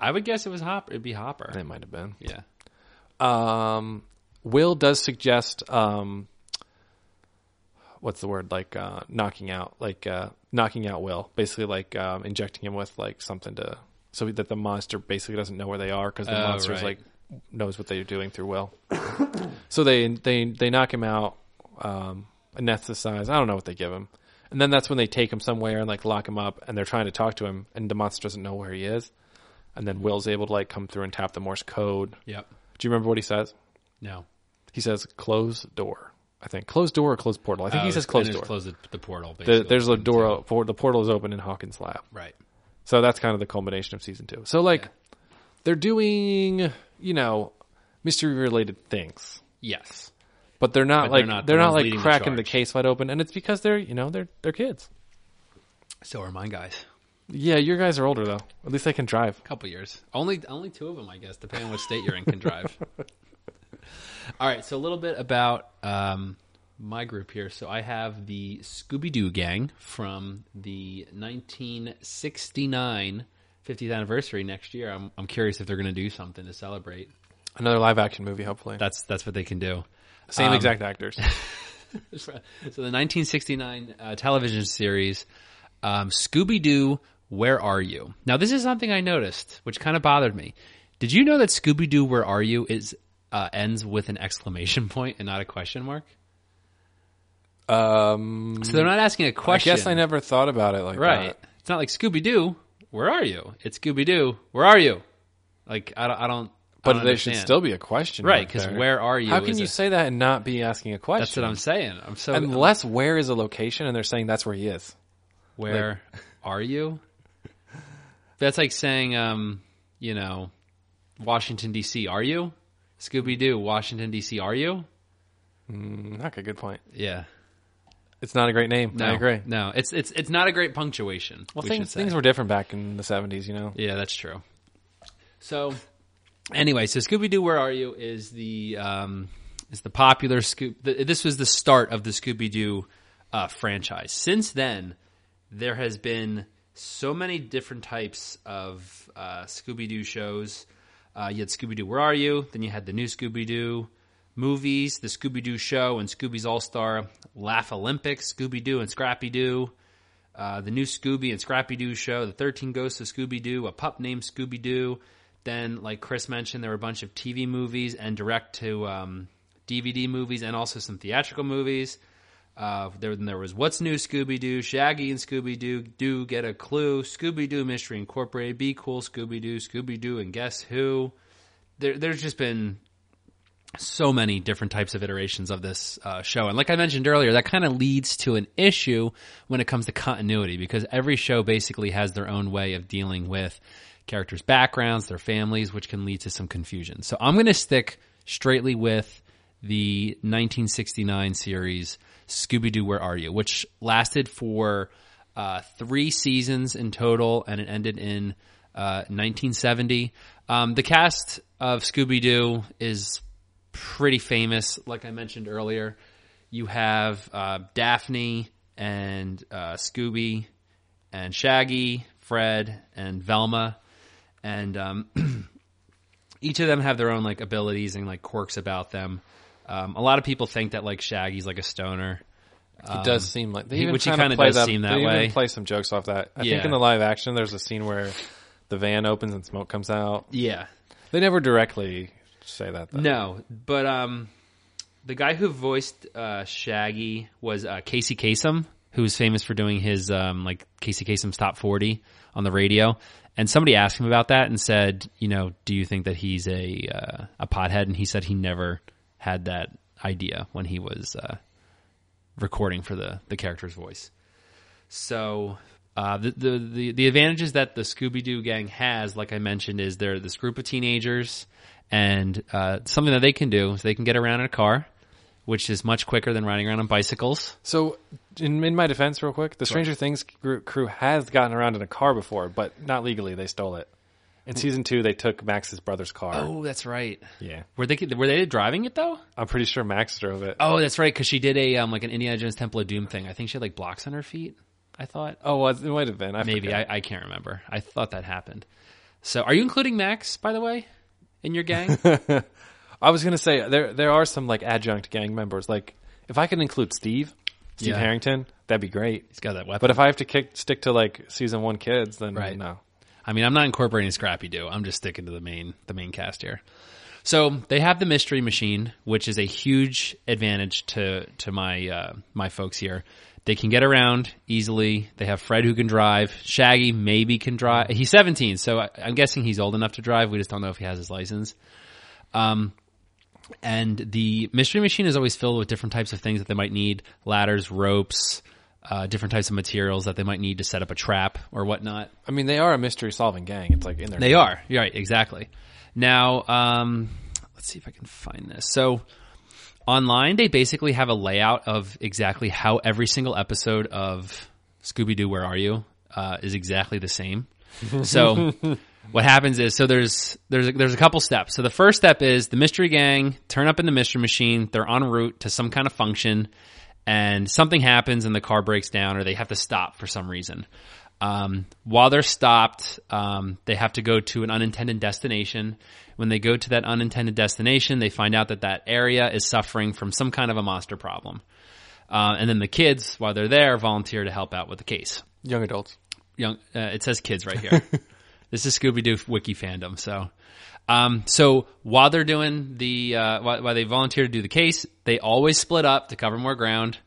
Speaker 3: I would guess it was Hopper. It'd be Hopper.
Speaker 4: It might have been.
Speaker 3: Yeah.
Speaker 4: um, Will does suggest um, what's the word like uh, knocking out like uh, knocking out Will basically like um, injecting him with like something to so that the monster basically doesn't know where they are because the
Speaker 3: Oh,
Speaker 4: monster's
Speaker 3: right.
Speaker 4: like knows what they're doing through Will. so they they they knock him out, um, anesthetize. I don't know what they give him. And then that's when they take him somewhere and like lock him up, and they're trying to talk to him, and the monster doesn't know where he is. And then Will's able to like come through and tap the Morse code.
Speaker 3: Yep.
Speaker 4: Do you remember what he says?
Speaker 3: No.
Speaker 4: He says closed door. I think closed door or closed portal. I
Speaker 3: Uh,
Speaker 4: think he says closed door.
Speaker 3: Oh, Close the, the portal.
Speaker 4: The,
Speaker 3: basically.
Speaker 4: there's a door. o- por- The portal is open in Hawkins' lab.
Speaker 3: Right.
Speaker 4: So that's kind of the culmination of season two. So like, they're doing you know mystery related things,
Speaker 3: Yes.
Speaker 4: but they're not
Speaker 3: But they're
Speaker 4: like they're
Speaker 3: not the ones
Speaker 4: not, like
Speaker 3: leading the
Speaker 4: cracking the
Speaker 3: charge.
Speaker 4: case wide open, and it's because they're you know they're they're kids.
Speaker 3: So are mine, guys.
Speaker 4: Yeah, your guys are older though. At least they can drive.
Speaker 3: couple years. Only only two of them, I guess, depending on which state you're in, can drive. All right, so a little bit about um, my group here. So I have the Scooby Doo gang from the 1969 50th anniversary next year. I'm, I'm curious if they're going to do something to celebrate.
Speaker 4: Another live action movie, hopefully.
Speaker 3: That's that's what they can do. um,
Speaker 4: Same exact actors.
Speaker 3: so the 1969 uh, television series um, Scooby Doo, Where Are You? Now, this is something I noticed, which kind of bothered me. Did you know that Scooby Doo, Where Are You is uh, ends with an exclamation point and not a question mark?
Speaker 4: Um,
Speaker 3: So they're not asking a
Speaker 4: I
Speaker 3: question.
Speaker 4: guess I never thought about it like
Speaker 3: Right.
Speaker 4: that.
Speaker 3: It's not like Scooby Doo, Where Are You? It's Scooby Doo, Where Are You? Like, I don't. I don't I
Speaker 4: But
Speaker 3: don't
Speaker 4: there should
Speaker 3: understand.
Speaker 4: still be a question,
Speaker 3: Right,
Speaker 4: mark
Speaker 3: 'cause
Speaker 4: there.
Speaker 3: where are you
Speaker 4: How can
Speaker 3: is
Speaker 4: you
Speaker 3: a-
Speaker 4: say that and not be asking a question?
Speaker 3: That's what I'm saying. I'm so.
Speaker 4: Unless where is a location, and they're saying that's where he is.
Speaker 3: Where are you? That's like saying, um, you know, Washington D.C. Are you? Scooby Doo, Washington D.C. Are you?
Speaker 4: Okay, good point.
Speaker 3: Yeah,
Speaker 4: It's not a great name.
Speaker 3: no,
Speaker 4: I agree.
Speaker 3: No, it's it's it's not a great punctuation.
Speaker 4: Well,
Speaker 3: we should
Speaker 4: things,
Speaker 3: say.
Speaker 4: things were different back in the '70s, you know.
Speaker 3: Yeah, that's true. So, anyway, so Scooby Doo, Where Are You? is the um, is the popular Scoop. The, this was the start of the Scooby Doo uh, franchise. Since then, there has been so many different types of uh, Scooby Doo shows. Uh, you had Scooby Doo, Where Are You? Then you had the new Scooby Doo movies, the Scooby Doo show, and Scooby's All Star Laugh Olympics, Scooby Doo and Scrappy Doo uh, the new Scooby and Scrappy Doo show, the 13 Ghosts of Scooby Doo, a pup named Scooby Doo. Then, like Chris mentioned, there were a bunch of TV movies and direct to um, DVD movies and also some theatrical movies. Uh, there, then there was What's New Scooby Doo, Shaggy and Scooby Doo, Do Get a Clue, Scooby Doo Mystery Incorporated, Be Cool Scooby Doo, Scooby Doo and Guess Who. There, there's just been so many different types of iterations of this uh, show. And like I mentioned earlier, that kind of leads to an issue when it comes to continuity because every show basically has their own way of dealing with characters' backgrounds, their families, which can lead to some confusion. So I'm going to stick straightly with the 1969 series Scooby Doo, Where Are You, which lasted for uh, three seasons in total and it ended in uh, 1970. Um, the cast of Scooby Doo is pretty famous. Like I mentioned earlier, you have uh, Daphne and uh, Scooby and Shaggy, Fred and Velma, and um, each of them have their own like abilities and like quirks about them. Um, a lot of people think that like Shaggy's like a stoner.
Speaker 4: Um, He does seem like they
Speaker 3: he-
Speaker 4: even
Speaker 3: which he
Speaker 4: kinda
Speaker 3: kinda
Speaker 4: play
Speaker 3: does
Speaker 4: that,
Speaker 3: seem that
Speaker 4: they even
Speaker 3: way.
Speaker 4: play some jokes off that. I
Speaker 3: Yeah.
Speaker 4: think in the live action, there's a scene where the van opens and smoke comes out.
Speaker 3: Yeah,
Speaker 4: They never directly say that. Though.
Speaker 3: no, but um, the guy who voiced uh, Shaggy was uh, Casey Kasem, who was famous for doing his um, like Casey Kasem's Top 40 on the radio. And somebody asked him about that and said, you know, do you think that he's a uh, a pothead? And he said he never had that idea when he was uh, recording for the the character's voice. So uh, the, the the the advantages that the Scooby Doo gang has, like I mentioned, is they're this group of teenagers, and uh, something that they can do is they can get around in a car, which is much quicker than riding around on bicycles.
Speaker 4: So, in, in my defense, real quick, the Stranger Things crew, crew has gotten around in a car before, but not legally. They stole it. In season two, they took Max's brother's car.
Speaker 3: Oh, that's right.
Speaker 4: Yeah,
Speaker 3: Were they were they driving it though?
Speaker 4: I'm pretty sure Max drove it.
Speaker 3: Oh, that's right, because she did a um like an Indiana Jones Temple of Doom thing. I think she had like blocks on her feet. I thought
Speaker 4: Oh, well, it might have been. I
Speaker 3: maybe
Speaker 4: forget.
Speaker 3: I, I can't remember. I thought that happened. So, are you including Max by the way in your gang?
Speaker 4: I was gonna say there there are some like adjunct gang members. Like if I can include Steve, Steve
Speaker 3: Yeah.
Speaker 4: Harrington, that'd be great.
Speaker 3: He's got that weapon.
Speaker 4: But if I have to kick, stick to like season one kids, then
Speaker 3: Right.
Speaker 4: no.
Speaker 3: I mean, I'm not incorporating Scrappy Doo. I'm just sticking to the main the main cast here. So they have the mystery machine, which is a huge advantage to to my uh, my folks here. They can get around easily. They have Fred who can drive. Shaggy maybe can drive. He's 17, so I, I'm guessing he's old enough to drive. We just don't know if he has his license. Um, And the mystery machine is always filled with different types of things that they might need ladders, ropes, uh, different types of materials that they might need to set up a trap or whatnot.
Speaker 4: I mean, they are a mystery solving gang. It's like in their
Speaker 3: They are. You're right. Exactly. Now, um, let's see if I can find this. So online, they basically have a layout of exactly how every single episode of Scooby Doo, Where Are You? Uh, is exactly the same. So what happens is, so there's, there's, a, there's a couple steps. So the first step is the mystery gang turn up in the mystery machine. They're en route to some kind of function and something happens and the car breaks down or they have to stop for some reason. Um, while they're stopped, um, they have to go to an unintended destination. When they go to that unintended destination, they find out that that area is suffering from some kind of a monster problem. Uh, and then the kids, while they're there, volunteer to help out with the case.
Speaker 4: young adults.
Speaker 3: Young, uh, it says kids right here. this is Scooby Doo wiki fandom. So, um, so while they're doing the, uh, while, while they volunteer to do the case, they always split up to cover more ground.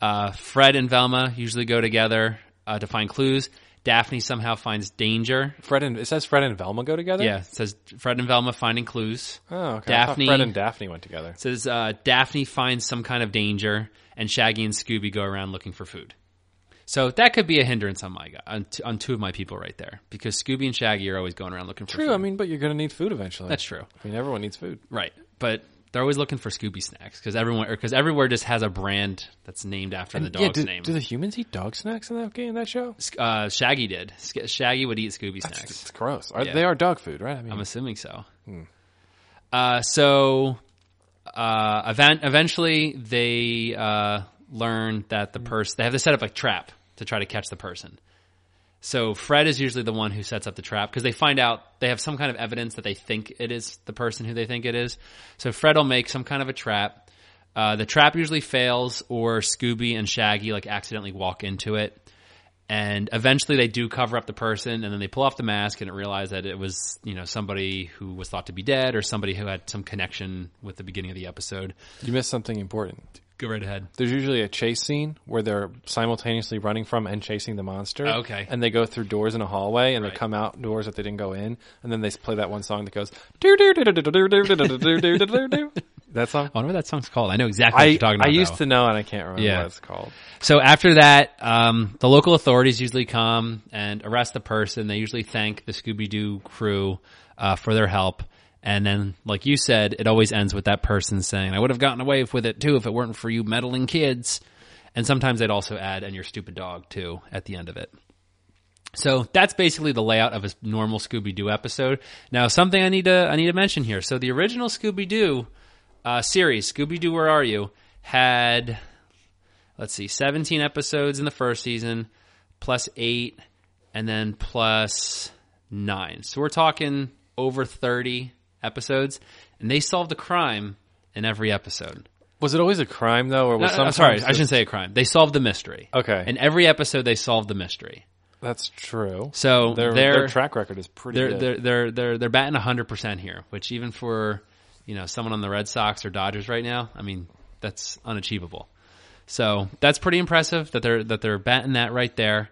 Speaker 3: Uh, Fred and Velma usually go together uh, to find clues. Daphne somehow finds danger.
Speaker 4: Fred and it says Fred and Velma go together.
Speaker 3: Yeah, it says Fred and Velma finding clues.
Speaker 4: Oh, okay. I thought
Speaker 3: Daphne
Speaker 4: Fred and Daphne went together.
Speaker 3: says uh, Daphne finds some kind of danger, and Shaggy and Scooby go around looking for food. So that could be a hindrance on my guy, on, t- on two of my people right there, because Scooby and Shaggy are always going around looking for food.
Speaker 4: True. I mean, but you're going to need food eventually.
Speaker 3: That's true.
Speaker 4: I mean, everyone needs food.
Speaker 3: Right, but they're always looking for Scooby snacks because everyone because everywhere just has a brand that's named after the dog's
Speaker 4: do,
Speaker 3: name.
Speaker 4: do the humans eat dog snacks in that game? That show?
Speaker 3: Sc- uh, Shaggy did. Sc- Shaggy would eat Scooby snacks.
Speaker 4: It's gross. Are,
Speaker 3: Yeah.
Speaker 4: They are dog food, right? I mean,
Speaker 3: I'm assuming so. Uh, so, uh, event, eventually they uh, learn that the person they have to set up a trap to try to catch the person. So Fred is usually the one who sets up the trap because they find out they have some kind of evidence that they think it is the person who they think it is. So Fred will make some kind of a trap. Uh, the trap usually fails, or Scooby and Shaggy like accidentally walk into it and eventually they do cover up the person and then they pull off the mask and realize that it was you know somebody who was thought to be dead or somebody who had some connection with the beginning of the episode
Speaker 4: you missed something important.
Speaker 3: go right ahead
Speaker 4: There's usually a chase scene where they're simultaneously running from and chasing the monster.
Speaker 3: Oh, okay.
Speaker 4: And they go through doors in a hallway and they
Speaker 3: Right.
Speaker 4: come out doors that they didn't go in. And then they play that one song that goes, "Doo, doo, doo, doo, doo, doo, doo, doo, doo, doo, doo, doo, doo, doo." that song?
Speaker 3: i wonder what that song's called i know exactly what
Speaker 4: I,
Speaker 3: you're talking about
Speaker 4: I used
Speaker 3: though.
Speaker 4: to know and I can't remember
Speaker 3: Yeah.
Speaker 4: what it's called.
Speaker 3: So after that, um, the local authorities usually come and arrest the person. They usually thank the Scooby Doo crew uh, for their help. And then, like you said, it always ends with that person saying, I would have gotten away with it too if it weren't for you meddling kids. And sometimes they'd also add, and your stupid dog too at the end of it. So that's basically the layout of a normal Scooby Doo episode. Now, something I need to I need to mention here. So the original Scooby Doo uh, series, Scooby Doo, Where Are You, had let's see, 17 episodes in the first season, plus eight, and then plus nine. So we're talking over 30 episodes, and they solved a crime in every episode.
Speaker 4: Was it always a crime though, or
Speaker 3: No,
Speaker 4: was
Speaker 3: no,
Speaker 4: some?
Speaker 3: I'm sorry, I shouldn't say a crime. They solved the mystery.
Speaker 4: Okay.
Speaker 3: In every episode, they solved the mystery.
Speaker 4: That's true.
Speaker 3: So
Speaker 4: their,
Speaker 3: they're-
Speaker 4: their track record is pretty
Speaker 3: They're,
Speaker 4: good.
Speaker 3: they're, they're, they're, they're batting 100% here, which even for, you know, someone on the Red Sox or Dodgers right now, I mean, that's unachievable. So that's pretty impressive that they're, that they're batting that right there.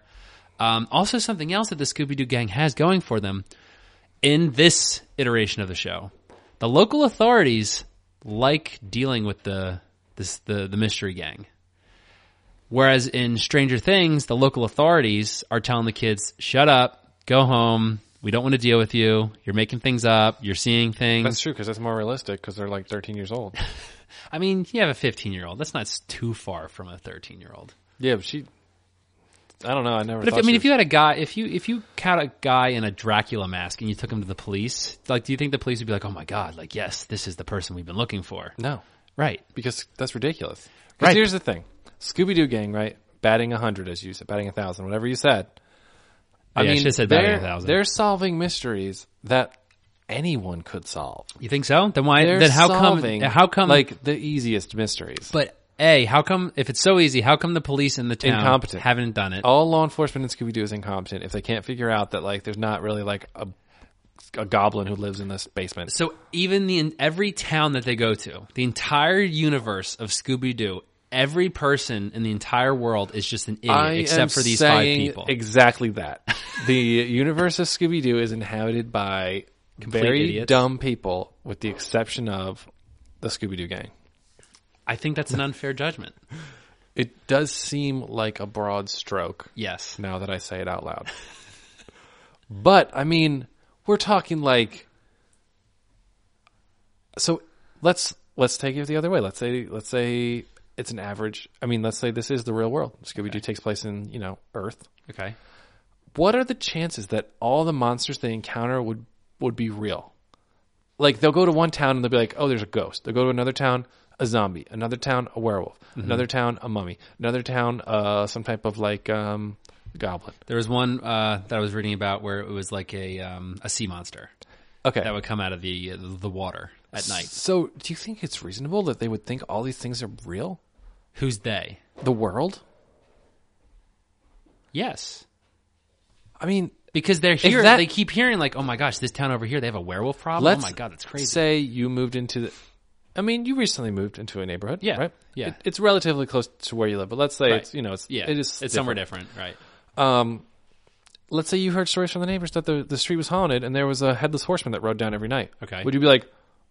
Speaker 3: Um, also, something else that the Scooby Doo gang has going for them in this iteration of the show, the local authorities like dealing with the this the, the mystery gang. Whereas in Stranger Things, the local authorities are telling the kids, "Shut up, go home. We don't want to deal with you. You're making things up. You're seeing things."
Speaker 4: that's true because that's more realistic because they're like 13 years old.
Speaker 3: I mean, you have a 15 year old. That's not s- too far from a 13 year old.
Speaker 4: yeah, but she. I don't know. I never.
Speaker 3: But if,
Speaker 4: thought
Speaker 3: I mean,
Speaker 4: she
Speaker 3: if you had a guy, if you if you caught a guy in a Dracula mask and you took him to the police, like, do you think the police would be like, "Oh my god, like, yes, this is the person we've been looking for"?
Speaker 4: no,
Speaker 3: Right.
Speaker 4: because that's ridiculous. 'Cause
Speaker 3: Right.
Speaker 4: here's the thing: Scooby Doo gang, right? Batting hundred, as you said, batting a thousand, whatever you said. I
Speaker 3: Yeah, I
Speaker 4: mean,
Speaker 3: should've said batting
Speaker 4: they're,
Speaker 3: 1,000.
Speaker 4: they're solving mysteries that anyone could solve.
Speaker 3: You think so? Then why?
Speaker 4: They're
Speaker 3: Then how
Speaker 4: solving,
Speaker 3: come? How come?
Speaker 4: like the easiest mysteries?
Speaker 3: but a how come? If it's so easy, how come the police in the town
Speaker 4: Incompetent. Oh.
Speaker 3: haven't done it?
Speaker 4: all law enforcement in Scooby Doo is incompetent if they can't figure out that like there's not really like a a goblin who lives in this basement.
Speaker 3: So even the in every town that they go to, the entire universe of Scooby Doo, every person in the entire world is just an idiot except for these five
Speaker 4: saying
Speaker 3: people.
Speaker 4: Exactly that. the universe of Scooby Doo is inhabited by very
Speaker 3: idiots.
Speaker 4: dumb people, with the exception of the Scooby Doo gang.
Speaker 3: I think that's an unfair judgment.
Speaker 4: It does seem like a broad stroke
Speaker 3: Yes.
Speaker 4: now that I say it out loud. but I mean, we're talking like so let's let's take it the other way. Let's say let's say it's an average. I mean, let's say this is the real world. Scooby Doo takes place in, you know, Earth.
Speaker 3: Okay.
Speaker 4: What are the chances that all the monsters they encounter would would be real? Like they'll go to one town and they'll be like, "Oh, there's a ghost." They'll go to another town, a zombie. Another town, a werewolf. Another town, a mummy. Another town, uh, some type of like um, goblin.
Speaker 3: There was one uh, that I was reading about where it was like a um, a sea monster
Speaker 4: Okay,
Speaker 3: that would come out of the the water at night.
Speaker 4: So, do you think it's reasonable that they would think all these things are real?
Speaker 3: Who's they?
Speaker 4: The world?
Speaker 3: Yes.
Speaker 4: I mean,
Speaker 3: Because they're here,
Speaker 4: that-
Speaker 3: they keep hearing like, "Oh my gosh, this town over here, they have a werewolf problem."
Speaker 4: let's
Speaker 3: oh my god, that's crazy.
Speaker 4: Say you moved into the. I mean, you recently moved into a neighborhood,
Speaker 3: Yeah,
Speaker 4: right?
Speaker 3: yeah.
Speaker 4: It- it's relatively close to where you live, but let's say
Speaker 3: Right.
Speaker 4: it's you know it's
Speaker 3: yeah,
Speaker 4: it is
Speaker 3: it's somewhere different, right?
Speaker 4: Let's say you heard stories from the neighbors that the the street was haunted and there was a headless horseman that rode down every night.
Speaker 3: Okay.
Speaker 4: would you be like,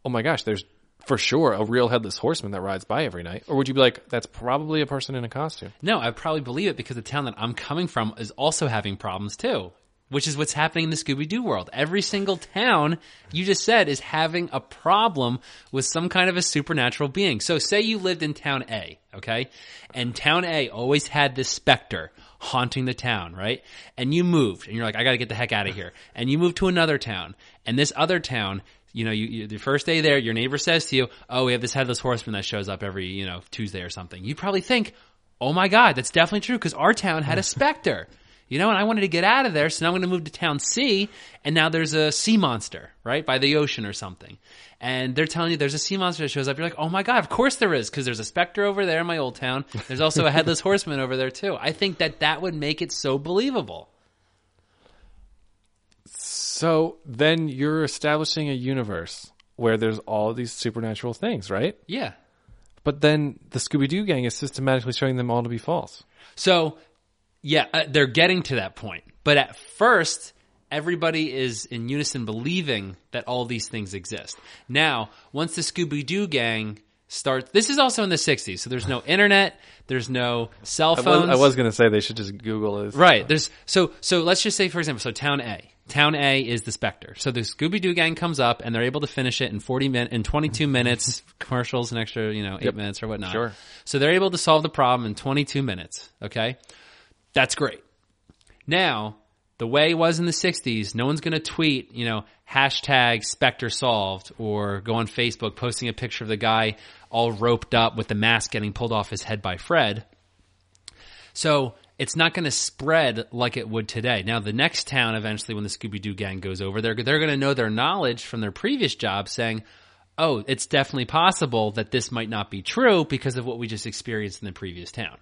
Speaker 4: oh my gosh, there's for sure a real headless horseman that rides by every night, or would you be like, that's probably a person in a costume?
Speaker 3: No, I probably believe it because the town that I'm coming from is also having problems too, which is what's happening in the Scooby Doo world. Every single town you just said is having a problem with some kind of a supernatural being. So, say you lived in town A, okay, and town A always had this specter haunting the town, right? And you moved, and you're like, I got to get the heck out of here, and you moved to another town, and this other town you know, you, you the first day there, your neighbor says to you, "Oh, we have this headless horseman that shows up every you know Tuesday or something." You probably think, "Oh my god, that's definitely true," because our town had a specter, you know, and I wanted to get out of there, so now I'm going to move to town C, and now there's a sea monster right by the ocean or something, and they're telling you there's a sea monster that shows up. You're like, "Oh my god, of course there is," because there's a specter over there in my old town. There's also a headless horseman over there too. I think that that would make it so believable.
Speaker 4: So then you're establishing a universe where there's all these supernatural things, right?
Speaker 3: Yeah.
Speaker 4: But then the Scooby Doo gang is systematically showing them all to be false.
Speaker 3: So, yeah, uh, they're getting to that point. But at first, everybody is in unison believing that all these things exist. Now, once the Scooby Doo gang starts, this is also in the 60s. So there's no internet, there's no cell
Speaker 4: I
Speaker 3: phones.
Speaker 4: was, I was going to say they should just Google this.
Speaker 3: Right. There's so so let's just say for example, so town A. Town A is the Spectre. So the Scooby Doo gang comes up and they're able to finish it in 40 min in 22 minutes, commercials an extra, you know, 8 minutes or whatnot.
Speaker 4: Sure.
Speaker 3: So they're able to solve the problem in 22 minutes, okay? That's great. Now, the way it was in the 60s, no one's going to tweet, you know, hashtag Spectre solved or go on Facebook posting a picture of the guy all roped up with the mask getting pulled off his head by Fred. So it's not going to spread like it would today. Now, the next town, eventually, when the Scooby Doo gang goes over, they're, they're going to know their knowledge from their previous job saying, oh, it's definitely possible that this might not be true because of what we just experienced in the previous town.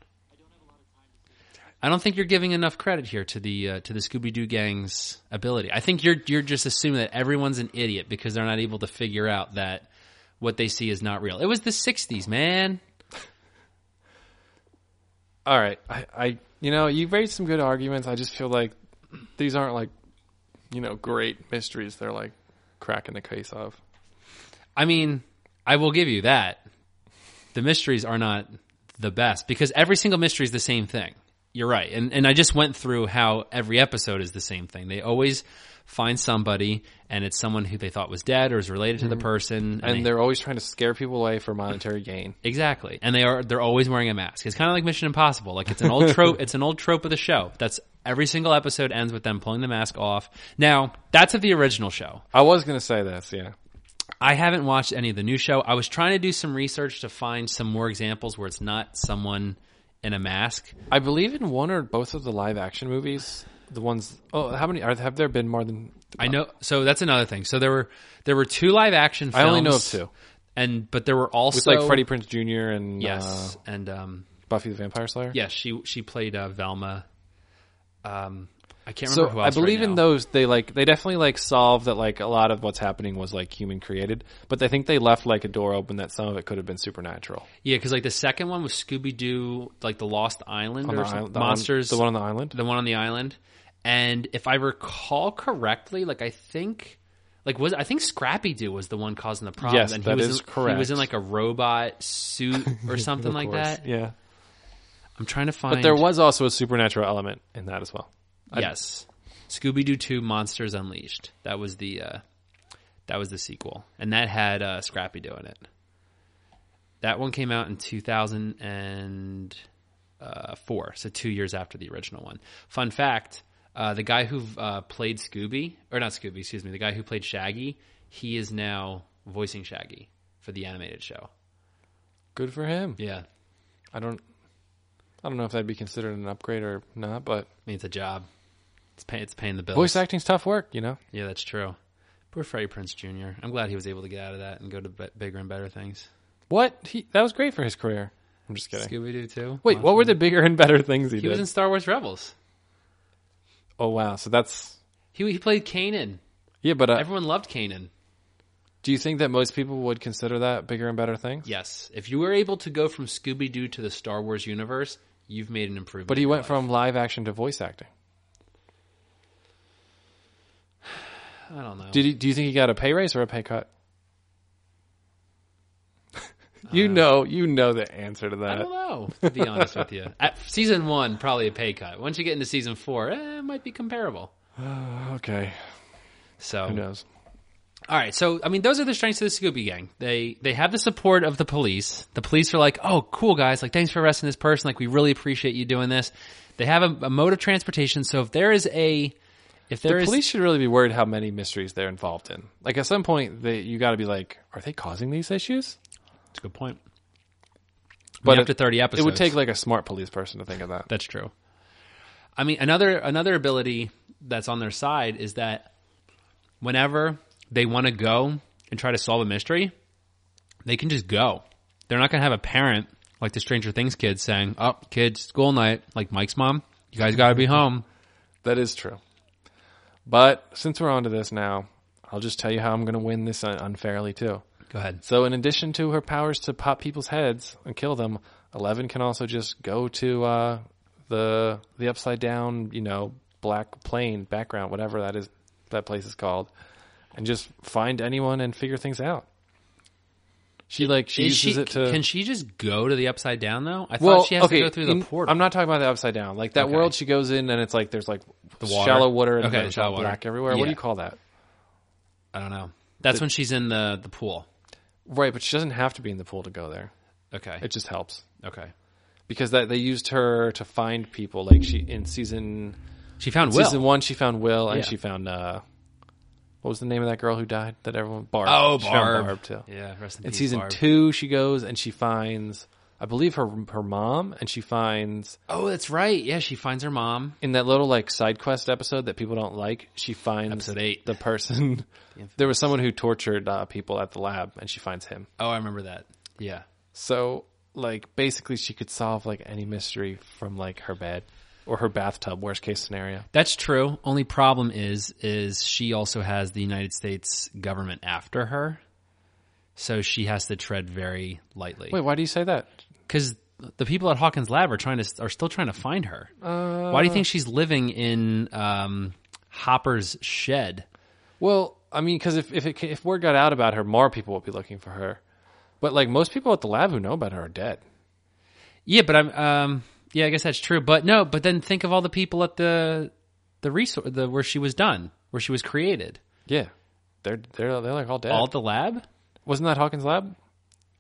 Speaker 3: I don't think you're giving enough credit here to the uh, to the Scooby Doo gang's ability. I think you're you're just assuming that everyone's an idiot because they're not able to figure out that what they see is not real. It was the '60s, man.
Speaker 4: All right. I, I, you know, you raised some good arguments. I just feel like these aren't like, you know, great mysteries. They're like cracking the case of.
Speaker 3: I mean, I will give you that. The mysteries are not the best because every single mystery is the same thing. You're right. And and I just went through how every episode is the same thing. They always find somebody and it's someone who they thought was dead or is related to the person
Speaker 4: Mm-hmm. And
Speaker 3: they-
Speaker 4: they're always trying to scare people away for monetary gain.
Speaker 3: Exactly. And they are they're always wearing a mask. It's kind of like Mission Impossible. Like it's an old trope, it's an old trope of the show. That's every single episode ends with them pulling the mask off. Now, that's of the original show.
Speaker 4: I was going to say this. Yeah.
Speaker 3: I haven't watched any of the new show. I was trying to do some research to find some more examples where it's not someone in a mask.
Speaker 4: I believe in one or both of the live action movies, the ones, oh, how many, are, have there been more than,
Speaker 3: I know. So that's another thing. So there were there were two live action.
Speaker 4: I
Speaker 3: Films,
Speaker 4: only know of two.
Speaker 3: and but there were also
Speaker 4: it's like Freddie Prince Jr. and uh,
Speaker 3: Yes, and um,
Speaker 4: Buffy the Vampire Slayer.
Speaker 3: yes, she she played uh, Velma. Um, I can't remember
Speaker 4: So
Speaker 3: who
Speaker 4: I
Speaker 3: else. right
Speaker 4: believe in
Speaker 3: now.
Speaker 4: those. They like they definitely like solved that like a lot of what's happening was like human created, but I think they left like a door open that some of it could have been supernatural.
Speaker 3: Yeah, because like the second one was Scooby Doo, like the Lost Island
Speaker 4: On
Speaker 3: or
Speaker 4: the
Speaker 3: some-
Speaker 4: island- the one-
Speaker 3: monsters.
Speaker 4: the one on the island?
Speaker 3: the one on the island. And if I recall correctly, like I think Like was I think Scrappy Doo was the one causing the problem?
Speaker 4: Yes,
Speaker 3: and he
Speaker 4: that
Speaker 3: was
Speaker 4: is
Speaker 3: in, He was
Speaker 4: correct.
Speaker 3: in like a robot suit or something
Speaker 4: Of
Speaker 3: like
Speaker 4: course.
Speaker 3: that.
Speaker 4: Yeah.
Speaker 3: I'm trying to find.
Speaker 4: But there was also a supernatural element in that as well.
Speaker 3: yes, Scooby Doo Two Monsters Unleashed. That was the uh, that was the sequel, and that had uh, Scrappy Doo in it. That one came out in 2004, uh, so two years after the original one. Fun fact: uh, the guy who uh, played Scooby, or not Scooby, excuse me, the guy who played Shaggy, he is now voicing Shaggy for the animated show.
Speaker 4: Good for him.
Speaker 3: Yeah, I
Speaker 4: I don't I don't know if that'd be considered an upgrade or not, but
Speaker 3: mean it's a job. It's pay, it's paying the bills.
Speaker 4: voice acting's tough work, you know.
Speaker 3: Yeah, that's true. Poor Freddie Prince Jr. I'm glad he was able to get out of that and go to b- bigger and better things.
Speaker 4: What? He that was great for his career. I'm just kidding.
Speaker 3: Scooby Doo too.
Speaker 4: Wait, what were the bigger and better things he,
Speaker 3: He
Speaker 4: did?
Speaker 3: was in Star Wars Rebels.
Speaker 4: oh wow, so that's
Speaker 3: He he played Kanan.
Speaker 4: yeah, but uh,
Speaker 3: Everyone loved Kanan.
Speaker 4: do you think that most people would consider that bigger and better things?
Speaker 3: Yes, if you were able to go from Scooby Doo to the Star Wars universe, you've made an improvement.
Speaker 4: But he
Speaker 3: in your
Speaker 4: went
Speaker 3: life.
Speaker 4: from live action to voice acting.
Speaker 3: I don't know.
Speaker 4: Did he, do you think he got a pay raise or a pay cut? you know, you know the answer to
Speaker 3: Uh, I
Speaker 4: that.
Speaker 3: don't know. To be honest with you, At season one probably a pay cut. Once you get into season four, eh, it might be comparable.
Speaker 4: Okay,
Speaker 3: So Oh.
Speaker 4: who knows?
Speaker 3: All right, so I mean, those are the strengths of the Scooby Gang. They they have the support of the police. The police are like, "Oh, cool guys! Like, thanks for arresting this person. Like, we really appreciate you doing this." They have a, a mode of transportation. So if there is a if there
Speaker 4: the
Speaker 3: is
Speaker 4: police should really be worried how many mysteries they're involved in. Like at some point, they, you got to be like, are they causing these issues?
Speaker 3: that's a good point.
Speaker 4: But
Speaker 3: after 30
Speaker 4: it would
Speaker 3: episodes.
Speaker 4: take like a smart police person to think of that.
Speaker 3: That's true. I mean, another another ability that's on their side is that whenever they want to go and try to solve a mystery, they can just go. They're not going to have a parent like the Stranger Things kids saying, "Oh, kids, school night," like Mike's mom. You guys got to be home.
Speaker 4: That is true. But since we're onto this now, I'll just tell you how I'm going to win this un- unfairly too.
Speaker 3: Go ahead.
Speaker 4: So, in addition to her powers to pop people's heads and kill them, Eleven can also just go to uh, the the upside down, you know, black plane background, whatever that is, that place is called, and just find anyone and figure things out. She like she
Speaker 3: Is
Speaker 4: uses
Speaker 3: she-
Speaker 4: it to.
Speaker 3: Can she just go to the upside down though? I thought
Speaker 4: well,
Speaker 3: she has
Speaker 4: okay,
Speaker 3: to go through the
Speaker 4: in-
Speaker 3: portal.
Speaker 4: I'm not talking about the upside down. Like that
Speaker 3: Okay.
Speaker 4: world she goes in, and it's like there's like
Speaker 3: water.
Speaker 4: shallow water and
Speaker 3: Okay,
Speaker 4: there's
Speaker 3: shallow
Speaker 4: all
Speaker 3: water.
Speaker 4: black everywhere. What
Speaker 3: Yeah.
Speaker 4: do you call that?
Speaker 3: I don't know. That's when she's in the the pool.
Speaker 4: Right, but she doesn't have to be in the pool to go there.
Speaker 3: Okay.
Speaker 4: It just helps.
Speaker 3: okay.
Speaker 4: because that they used her to find people. Like she in season
Speaker 3: She found Will.
Speaker 4: season one, she found Will and
Speaker 3: Yeah.
Speaker 4: she found uh, what was the name of that girl who died that everyone Barb.
Speaker 3: Oh,
Speaker 4: She found
Speaker 3: Barb.
Speaker 4: Barb too.
Speaker 3: Yeah. Rest in,
Speaker 4: In
Speaker 3: peace,
Speaker 4: season
Speaker 3: Barb.
Speaker 4: two, she goes and she finds, I believe her her mom, and she finds
Speaker 3: Oh, that's right. Yeah, she finds her mom.
Speaker 4: in that little like side quest episode that people don't like. She finds
Speaker 3: Episode eight.
Speaker 4: the person. there was someone who tortured uh, people at the lab, and she finds him.
Speaker 3: Oh, I remember that. Yeah.
Speaker 4: So like basically, she could solve like any mystery from like her bed or her bathtub. Worst case scenario.
Speaker 3: That's true. Only problem is is she also has the United States government after her. So she has to tread very lightly.
Speaker 4: Wait, why do you say that?
Speaker 3: Cuz the people at Hawkins Lab are trying to are still trying to find her. Why do you think she's living in um, Hopper's shed?
Speaker 4: Well, I mean, because if if it, ca- if word got out about her, more people would be looking for her. But like most people at the lab who know about her are dead.
Speaker 3: Yeah, but I'm um yeah, I guess that's true. But no, but then think of all the people at the the resource the where she was done, where she was created.
Speaker 4: Yeah, they're they're they're like all dead.
Speaker 3: All at the lab?
Speaker 4: Wasn't that Hawkins lab?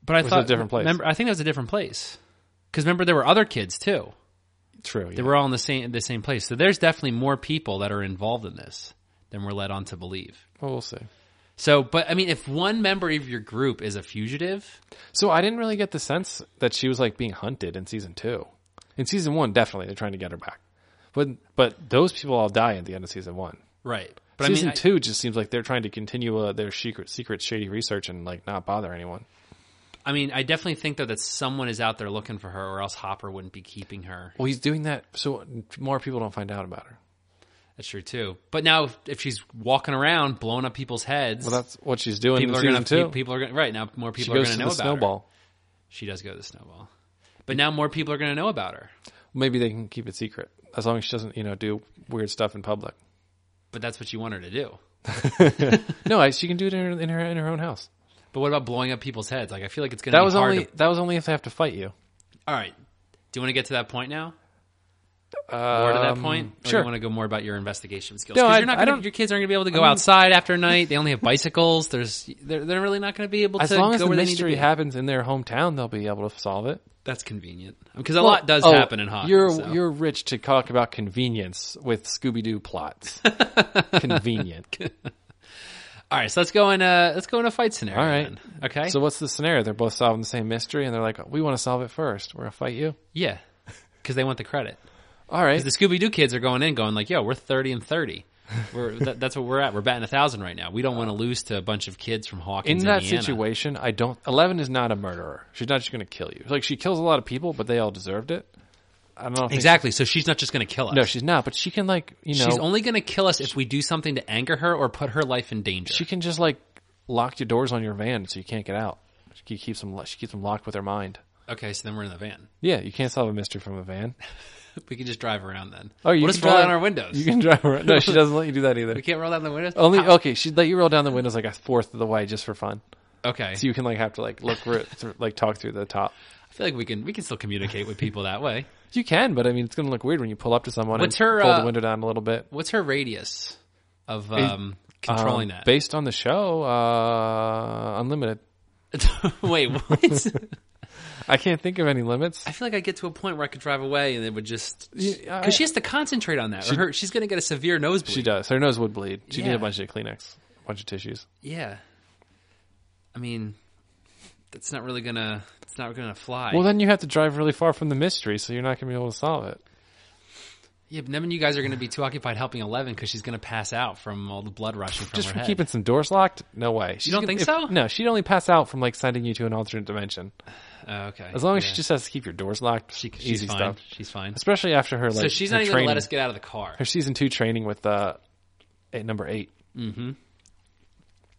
Speaker 3: But I
Speaker 4: was
Speaker 3: thought
Speaker 4: a different place.
Speaker 3: Remember, I think that was a different place because remember there were other kids too.
Speaker 4: True. Yeah.
Speaker 3: They were all in the same the same place. So there's definitely more people that are involved in this than we're led on to believe.
Speaker 4: well, we'll see.
Speaker 3: So, but I mean, if one member of your group is a fugitive,
Speaker 4: So I didn't really get the sense that she was like being hunted in season two. In season one, definitely they're trying to get her back. But but those people all die at the end of season one.
Speaker 3: right? But
Speaker 4: season
Speaker 3: I mean, I-
Speaker 4: two just seems like they're trying to continue uh, their secret secret shady research and like not bother anyone.
Speaker 3: I, mean, I definitely think though that someone is out there looking for her, or else Hopper wouldn't be keeping her.
Speaker 4: Well, he's doing that so more people don't find out about her.
Speaker 3: That's true too. But now, if, if she's walking around blowing up people's heads,
Speaker 4: Well, that's what she's doing
Speaker 3: people
Speaker 4: in
Speaker 3: are
Speaker 4: season
Speaker 3: going
Speaker 4: two.
Speaker 3: to people are going right now. More
Speaker 4: she
Speaker 3: people are
Speaker 4: goes
Speaker 3: going
Speaker 4: to
Speaker 3: know
Speaker 4: the
Speaker 3: about her.
Speaker 4: snowball.
Speaker 3: She does go to the snowball, but now more people are going to know about her.
Speaker 4: Maybe they can keep it secret as long as she doesn't, you know, do weird stuff in public.
Speaker 3: but that's what you want her to do.
Speaker 4: No, I, she can do it in her, in her in her own house.
Speaker 3: But what about blowing up people's heads? Like I feel like it's gonna.
Speaker 4: That
Speaker 3: be
Speaker 4: was
Speaker 3: hard
Speaker 4: only
Speaker 3: to-
Speaker 4: that was only if they have to fight you.
Speaker 3: all right. Do you want to get to that point now? More to that
Speaker 4: Um,
Speaker 3: point. Or Do
Speaker 4: sure.
Speaker 3: you want to go more about your investigation skills?
Speaker 4: No,
Speaker 3: 'Cause
Speaker 4: I-
Speaker 3: you're not
Speaker 4: I
Speaker 3: gonna,
Speaker 4: don't-
Speaker 3: Your kids aren't going to be able to go outside after night. They only have bicycles. There's they're, they're really not going to be able
Speaker 4: As
Speaker 3: to
Speaker 4: long as
Speaker 3: go
Speaker 4: the
Speaker 3: where they need to
Speaker 4: mystery
Speaker 3: be.
Speaker 4: happens in their hometown, they'll be able to solve it.
Speaker 3: That's convenient because a lot does
Speaker 4: Oh,
Speaker 3: happen in hockey.
Speaker 4: You're
Speaker 3: so.
Speaker 4: you're rich to talk about convenience with Scooby Doo plots. Convenient.
Speaker 3: All right, so let's go in a let's go in a fight scenario.
Speaker 4: All right.
Speaker 3: then. Okay.
Speaker 4: So what's the scenario? They're both solving the same mystery, and they're like, "We want to solve it first. We're gonna fight you."
Speaker 3: yeah, because they want the credit.
Speaker 4: All right.
Speaker 3: The Scooby Doo kids are going in, going like, "Yo, we're thirty and thirty. We're that, that's what we're at. We're batting a thousand right now. We don't want to lose to a bunch of kids from
Speaker 4: in
Speaker 3: Hawkins,
Speaker 4: that
Speaker 3: Indiana."
Speaker 4: situation, I don't. Eleven is not a murderer. She's not just gonna kill you. Like she kills a lot of people, but they all deserved it. I don't know. if-
Speaker 3: Exactly. So she's not just going to kill us.
Speaker 4: No, she's not. But she can like you know.
Speaker 3: She's only going to kill us if we do something to anger her or put her life in danger.
Speaker 4: She can just like lock your doors on your van so you can't get out. She keeps them. She keeps them locked with her mind.
Speaker 3: okay, so then we're in the van.
Speaker 4: Yeah, you can't solve a mystery from a van.
Speaker 3: We can just drive around then.
Speaker 4: Oh, you
Speaker 3: we'll
Speaker 4: can
Speaker 3: just roll
Speaker 4: drive-
Speaker 3: down our windows.
Speaker 4: You can drive around. No, she doesn't let you do that either.
Speaker 3: we can't roll down the windows.
Speaker 4: Only
Speaker 3: How-
Speaker 4: okay. She'd let you roll down the windows like a fourth of the way just for fun,
Speaker 3: okay.
Speaker 4: so you can like have to like look through, through like talk through the top.
Speaker 3: I feel like we can we can still communicate with people that way.
Speaker 4: You can, but I mean, it's gonna look weird when you pull up to someone
Speaker 3: What's
Speaker 4: and
Speaker 3: her,
Speaker 4: pull
Speaker 3: uh,
Speaker 4: the window down a little bit.
Speaker 3: What's her radius of um, controlling
Speaker 4: Um,
Speaker 3: that?
Speaker 4: based on the show, uh, unlimited.
Speaker 3: Wait, what?
Speaker 4: I can't think of any limits.
Speaker 3: I feel like I get to a point where I could drive away and it would just
Speaker 4: Yeah, I-
Speaker 3: because she has to concentrate on that. or her, she's going to get a severe nosebleed.
Speaker 4: She does. Her nose would bleed. She would
Speaker 3: Yeah.
Speaker 4: need a bunch of Kleenex, a bunch of tissues.
Speaker 3: Yeah, I mean, that's not really gonna. It's not gonna fly.
Speaker 4: Well, then you have to drive really far from the mystery, so you're not gonna be able to solve it.
Speaker 3: yeah, but then you guys are going to be too occupied helping Eleven because she's going to pass out from all the blood rushing from
Speaker 4: Just
Speaker 3: her
Speaker 4: from
Speaker 3: head.
Speaker 4: keeping some doors locked? No way. She's
Speaker 3: don't
Speaker 4: gonna-
Speaker 3: think
Speaker 4: if-
Speaker 3: so?
Speaker 4: No, she'd only pass out from like sending you to an alternate dimension.
Speaker 3: Oh, okay,
Speaker 4: As long as
Speaker 3: Yeah.
Speaker 4: she just has to keep your doors locked,
Speaker 3: She- she's
Speaker 4: easy
Speaker 3: fine.
Speaker 4: stuff.
Speaker 3: She's fine.
Speaker 4: Especially after her like
Speaker 3: so she's
Speaker 4: her
Speaker 3: not even going
Speaker 4: training,
Speaker 3: to let us get out of the car.
Speaker 4: her season two training with uh, at number eight.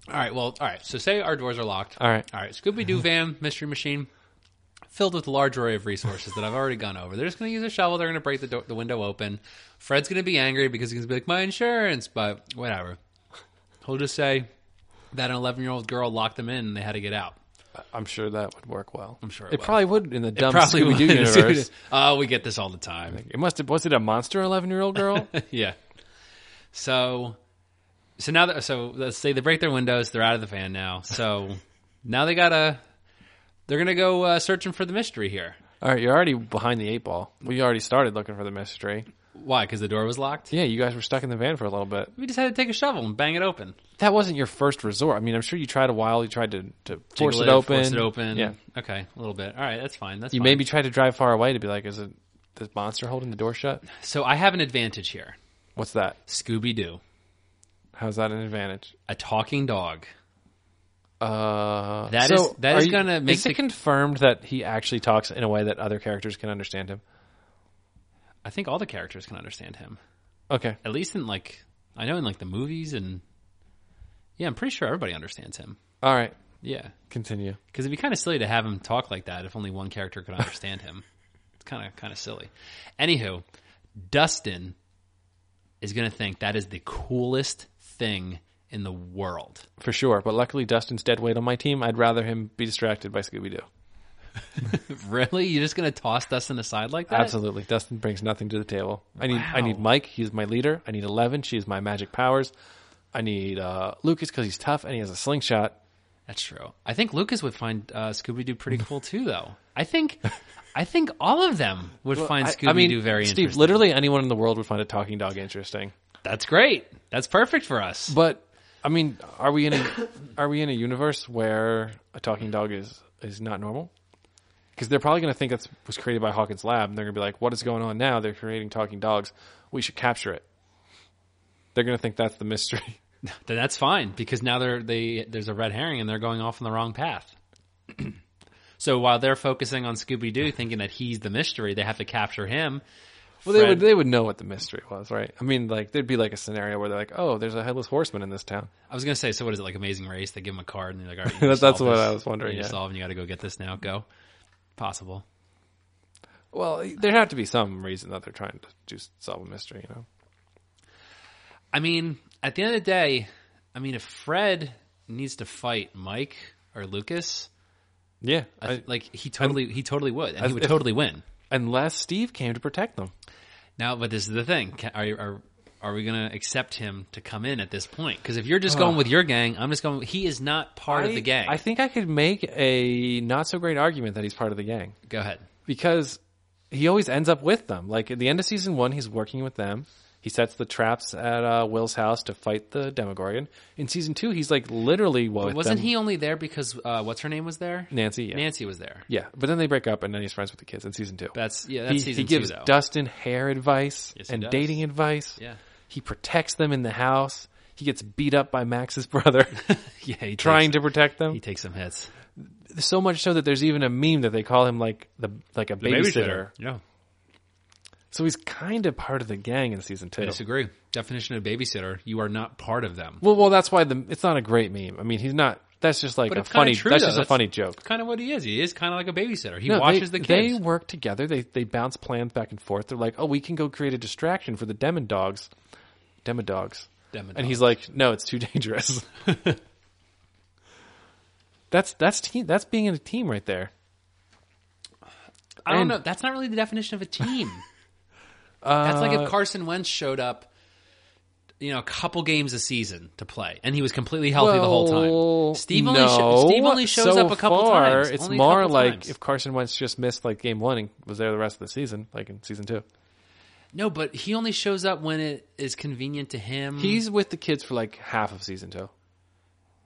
Speaker 3: All right. Well, all right. So say our doors are locked.
Speaker 4: All right.
Speaker 3: All right. Scooby Doo van, mystery machine, filled with a large array of resources that I've already gone over. They're just going to use a shovel. They're going to break the, do- the window open. Fred's going to be angry because he's going to be like, my insurance, but whatever. He'll just say that an 11 year old girl locked them in and they had to get out.
Speaker 4: I'm sure that would work well. I'm
Speaker 3: sure it
Speaker 4: it
Speaker 3: would.
Speaker 4: probably would in the dumb
Speaker 3: Probably
Speaker 4: Scooby Doo
Speaker 3: one of the
Speaker 4: universe.
Speaker 3: Scooby-Doo- Oh, we get this all the time.
Speaker 4: It must have was it a monster eleven year old girl?
Speaker 3: Yeah. So, so now that so let's say they break their windows, they're out of the van now. So now they gotta they're gonna go uh, searching for the mystery here.
Speaker 4: All right, you're already behind the eight ball. We already started looking for the mystery.
Speaker 3: Why? Because the door was locked.
Speaker 4: Yeah, you guys were stuck in the van for a little bit.
Speaker 3: We just had to take a shovel and bang it open.
Speaker 4: That wasn't your first resort. I mean, I'm sure you tried a while. You tried to, to force
Speaker 3: Jiggle
Speaker 4: it open.
Speaker 3: Force it open.
Speaker 4: Yeah,
Speaker 3: Okay, a little bit. All right, that's fine. That's
Speaker 4: you
Speaker 3: fine.
Speaker 4: maybe tried to drive far away to be like, is it this monster holding the door shut?
Speaker 3: So I have an advantage here.
Speaker 4: What's that?
Speaker 3: Scooby Doo,
Speaker 4: How's that an advantage?
Speaker 3: a talking dog.
Speaker 4: Uh,
Speaker 3: That
Speaker 4: that is
Speaker 3: is- that is gonna make
Speaker 4: Is
Speaker 3: the-
Speaker 4: it confirmed that he actually talks in a way that other characters can understand him?
Speaker 3: I think all the characters can understand him.
Speaker 4: Okay,
Speaker 3: At least in like I know in like the movies and yeah, I'm pretty sure everybody understands him.
Speaker 4: all right,
Speaker 3: Yeah.
Speaker 4: continue.
Speaker 3: Because it'd be kind of silly to have him talk like that if only one character could understand him. It's kind of kind of silly. Anywho, Dustin is going to think that is the coolest thing in the world.
Speaker 4: For sure, but luckily Dustin's dead weight on my team. I'd rather him be distracted by Scooby Doo.
Speaker 3: Really, you're just going to toss Dustin aside like that?
Speaker 4: Absolutely, Dustin brings nothing to the table. I need I need Mike. He's my leader. I need Eleven. She is my magic powers. I need uh, Lucas because he's tough and he has a slingshot.
Speaker 3: That's true. I think Lucas would find uh, Scooby Doo pretty cool too, though. I think, I think all of them would find
Speaker 4: I-
Speaker 3: Scooby Doo
Speaker 4: I mean,
Speaker 3: very
Speaker 4: Steve,
Speaker 3: interesting.
Speaker 4: literally anyone in the world would find a talking dog interesting.
Speaker 3: That's great. That's perfect for us.
Speaker 4: But I mean, are we in a are we in a universe where a talking dog is is not normal? Because they're probably going to think that was created by Hawkins Lab, and they're going to be like, "What is going on now? They're creating talking dogs. We should capture it." They're going to think that's the mystery.
Speaker 3: then that's fine because now they're they there's a red herring and they're going off on the wrong path. so while they're focusing on Scooby Doo, thinking that he's the mystery, they have to capture him.
Speaker 4: Well, they
Speaker 3: Fred-
Speaker 4: would they would know what the mystery was, right? I mean, like there'd be like a scenario where they're like, "Oh, there's a headless horseman in this town."
Speaker 3: I was gonna say, so what is it like? Amazing Race? They give him a card and they're like, all right, you
Speaker 4: That's-
Speaker 3: need to solve
Speaker 4: that's what
Speaker 3: this.
Speaker 4: I was wondering,
Speaker 3: You need to
Speaker 4: yeah.
Speaker 3: solve, and you got to go get this now. Go, possible.
Speaker 4: Well, there'd have to be some reason that they're trying to do solve a mystery, you know.
Speaker 3: I mean, at the end of the day, I mean, if Fred needs to fight Mike or Lucas,
Speaker 4: Yeah,
Speaker 3: I, th-
Speaker 4: I-
Speaker 3: like he totally he totally would, and
Speaker 4: I-
Speaker 3: he would
Speaker 4: if-
Speaker 3: totally win.
Speaker 4: unless Steve came to protect them.
Speaker 3: Now, but this is the thing: Can, are are are we going to accept him to come in at this point? Because if you're just going with your gang, I'm just going. He is not part of the gang.
Speaker 4: I think I could make a not so great argument that he's part of the gang
Speaker 3: Go ahead.
Speaker 4: because he always ends up with them. Like at the end of season one, he's working with them. He sets the traps at uh, Will's house to fight the Demogorgon. In season two, he's like literally well,
Speaker 3: But wasn't he only there because uh, what's her name was there?
Speaker 4: Nancy? Yeah.
Speaker 3: Nancy was there.
Speaker 4: Yeah, but then they break up, and then he's friends with the kids in season two.
Speaker 3: That's- yeah, that's
Speaker 4: he,
Speaker 3: season
Speaker 4: he gives
Speaker 3: two, though.
Speaker 4: Dustin hair advice
Speaker 3: Yes, he
Speaker 4: and
Speaker 3: does.
Speaker 4: dating advice.
Speaker 3: Yeah.
Speaker 4: he protects them in the house. He gets beat up by Max's brother,
Speaker 3: Yeah, he
Speaker 4: trying
Speaker 3: takes,
Speaker 4: to protect them.
Speaker 3: he takes some hits.
Speaker 4: so much so that there's even a meme that they call him like the like a babysitter.
Speaker 3: Yeah,
Speaker 4: So he's kind of part of the gang in season
Speaker 3: I
Speaker 4: two.
Speaker 3: disagree. Definition of babysitter: you are not part of them.
Speaker 4: Well, well, that's why the it's not a great meme. I mean, he's not. That's just like
Speaker 3: But
Speaker 4: a
Speaker 3: it's kinda
Speaker 4: funny.
Speaker 3: true,
Speaker 4: that's
Speaker 3: though.
Speaker 4: just
Speaker 3: That's-
Speaker 4: a funny joke.
Speaker 3: Kind of what he is. He is kind of like a babysitter. He
Speaker 4: No,
Speaker 3: watches
Speaker 4: they,
Speaker 3: the
Speaker 4: they
Speaker 3: kids.
Speaker 4: work together. They they bounce plans back and forth. They're like, oh, we can go create a distraction for the Demon Dogs. Demon Dogs.
Speaker 3: Demodogs.
Speaker 4: And he's like, no, it's too dangerous. that's that's team. That's being in a team right there.
Speaker 3: I don't
Speaker 4: And-
Speaker 3: know. That's not really the definition of a team. That's like
Speaker 4: Uh,
Speaker 3: if Carson Wentz showed up, you know, a couple games a season to play, and he was completely healthy the whole
Speaker 4: Well,
Speaker 3: time. Steve only, sho-
Speaker 4: no.
Speaker 3: Steve only shows
Speaker 4: So
Speaker 3: up a couple
Speaker 4: far,
Speaker 3: times.
Speaker 4: It's
Speaker 3: Only a
Speaker 4: more
Speaker 3: couple
Speaker 4: like
Speaker 3: times.
Speaker 4: if Carson Wentz just missed like game one and was there the rest of the season, like in season two.
Speaker 3: no, but he only shows up when it is convenient to him.
Speaker 4: He's with the kids for like half of season two,